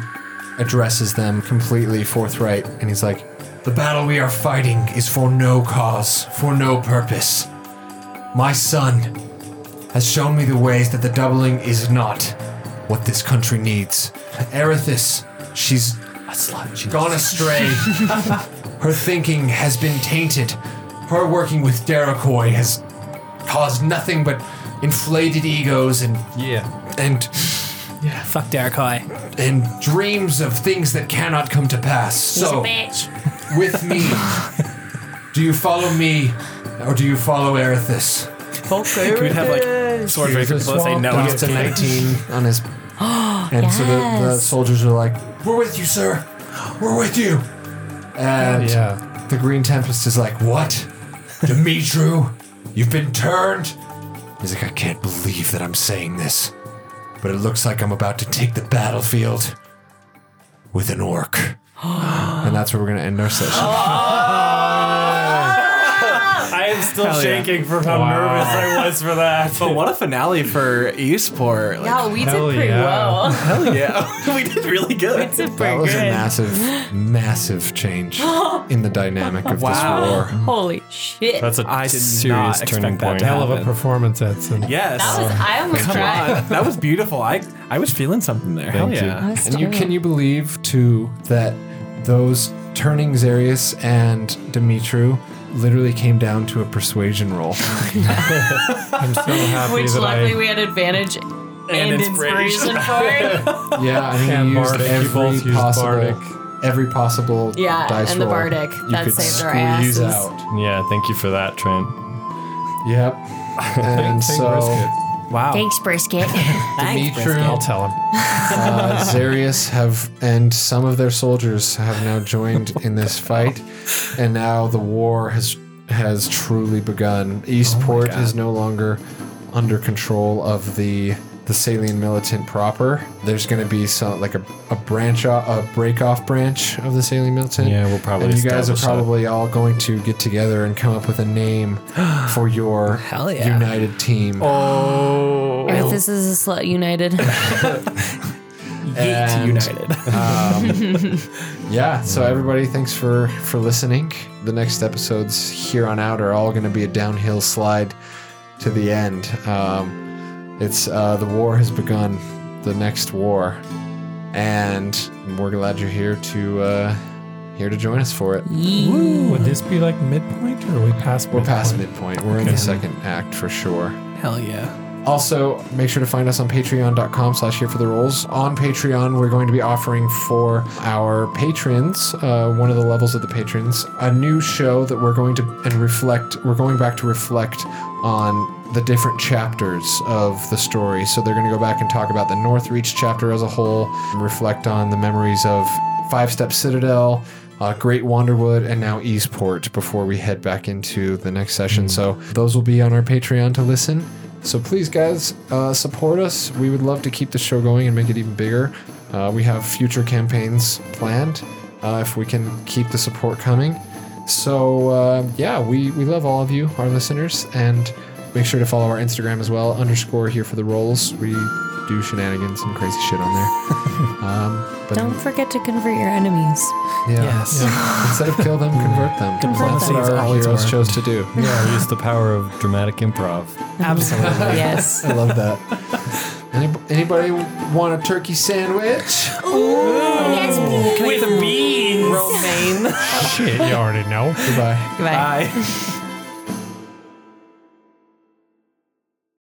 addresses them completely forthright, and he's like, The battle we are fighting is for no cause, for no purpose. My son has shown me the ways that the doubling is not what this country needs. Erithis, she's gone astray. her thinking has been tainted. Her working with Derakoi has caused nothing but inflated egos and
Yeah.
and
Fuck Darakai.
and dreams of things that cannot come to pass. So
Bitch,
with me, do you follow me or do you follow Erithis?
<laughs> Can we have like sword breakers
Here's a
people say
swamp
no?
dog.
I'm
It's
just
a
kidding.
19 on his. and so the, the soldiers are like, We're with you, sir. We're with you. And
Yeah.
the Green Tempest is like, What? Dimitru, you've been turned? He's like, I can't believe that I'm saying this, but it looks like I'm about to take the battlefield with an orc. and that's where we're going to end our session.
I am still
Hell yeah.
shaking from how nervous I was for that.
<laughs> But Oh, what a finale for Eastport! Like,
Yeah, we did
Hell
pretty
yeah.
well.
hell <laughs> yeah, we did really good.
That was a massive, massive change in the dynamic of
Wow.
this war.
Holy shit!
That's a
I did
serious
not
turning
expect that
point.
to
Hell of a
Happen.
performance, Edson.
Yes.
that was I almost
Come
cried.
on, <laughs> that was beautiful. I I was feeling something there. Hell
Thank you.
yeah!
And you can you believe too that those turning Zarius and Dimitru literally came down to a persuasion
<laughs>
roll.
I'm so happy
Which
that
luckily
I,
we had advantage and, inspiration, for.
yeah, I mean
And
you used
Bardic. You
every
both used
possible
Bardic.
every possible
Yeah,
dice
and the
roll
Bardic.
you
That
could
saved our
squeeze
asses.
out.
Yeah, thank you for that, Trent.
Yep. And so
brisket.
Wow.
thanks, brisket.
Dimitru,
I'll tell him.
<laughs>
uh, Zarius have and some of their soldiers have now joined in
<laughs>
this fight, and now the war has has truly begun.
Oh
Eastport is no longer under control of the the Salian militant proper. There's going to be some like a, a branch off, a break off branch of the Salian militant.
Yeah, we'll probably
And you guys are
establish that.
probably all going to get together and come up with a
<gasps>
name for your
Hell yeah.
united team.
Oh,
Earth is a slut united. <laughs>
And-
Yeet United. <laughs>
yeah so everybody thanks for for listening the next episodes here on out are all going to be a downhill slide to the end um, it's uh, the war has begun the next war and we're glad you're here to uh, here to join us for it
Would this be like midpoint or are we past
we're
midpoint?
past midpoint we're in the second act for sure
Hell yeah.
Also, make sure to find us on patreon.com slash here for the rolls. On Patreon, we're going to be offering for our patrons, uh, one of the levels of the patrons, a new show that we're going to and reflect, we're going back to reflect on the different chapters of the story. So they're going to go back and talk about the Northreach chapter as a whole, reflect on the memories of Five Step Citadel, uh, Great Wanderwood, and now Eastport before we head back into the next session. So those will be on our Patreon to listen. So please, guys, uh, support us. We would love to keep the show going and make it even bigger. Uh, we have future campaigns planned uh, if we can keep the support coming. So uh, yeah, we we love all of you, our listeners, and make sure to follow our Instagram as well. Underscore here for the rolls. We do shenanigans and crazy shit on there. um, But
Don't forget to convert your enemies.
yeah,
Yes.
instead of kill them, convert them.
Convert
That's
them.
what our
Always
heroes
work.
chose to do.
Yeah, use the power of dramatic improv.
Absolutely.
yes.
I love that. Any, anybody want a turkey sandwich?
With beans. Romaine.
Shit, you already know.
Goodbye.
Right.
Bye.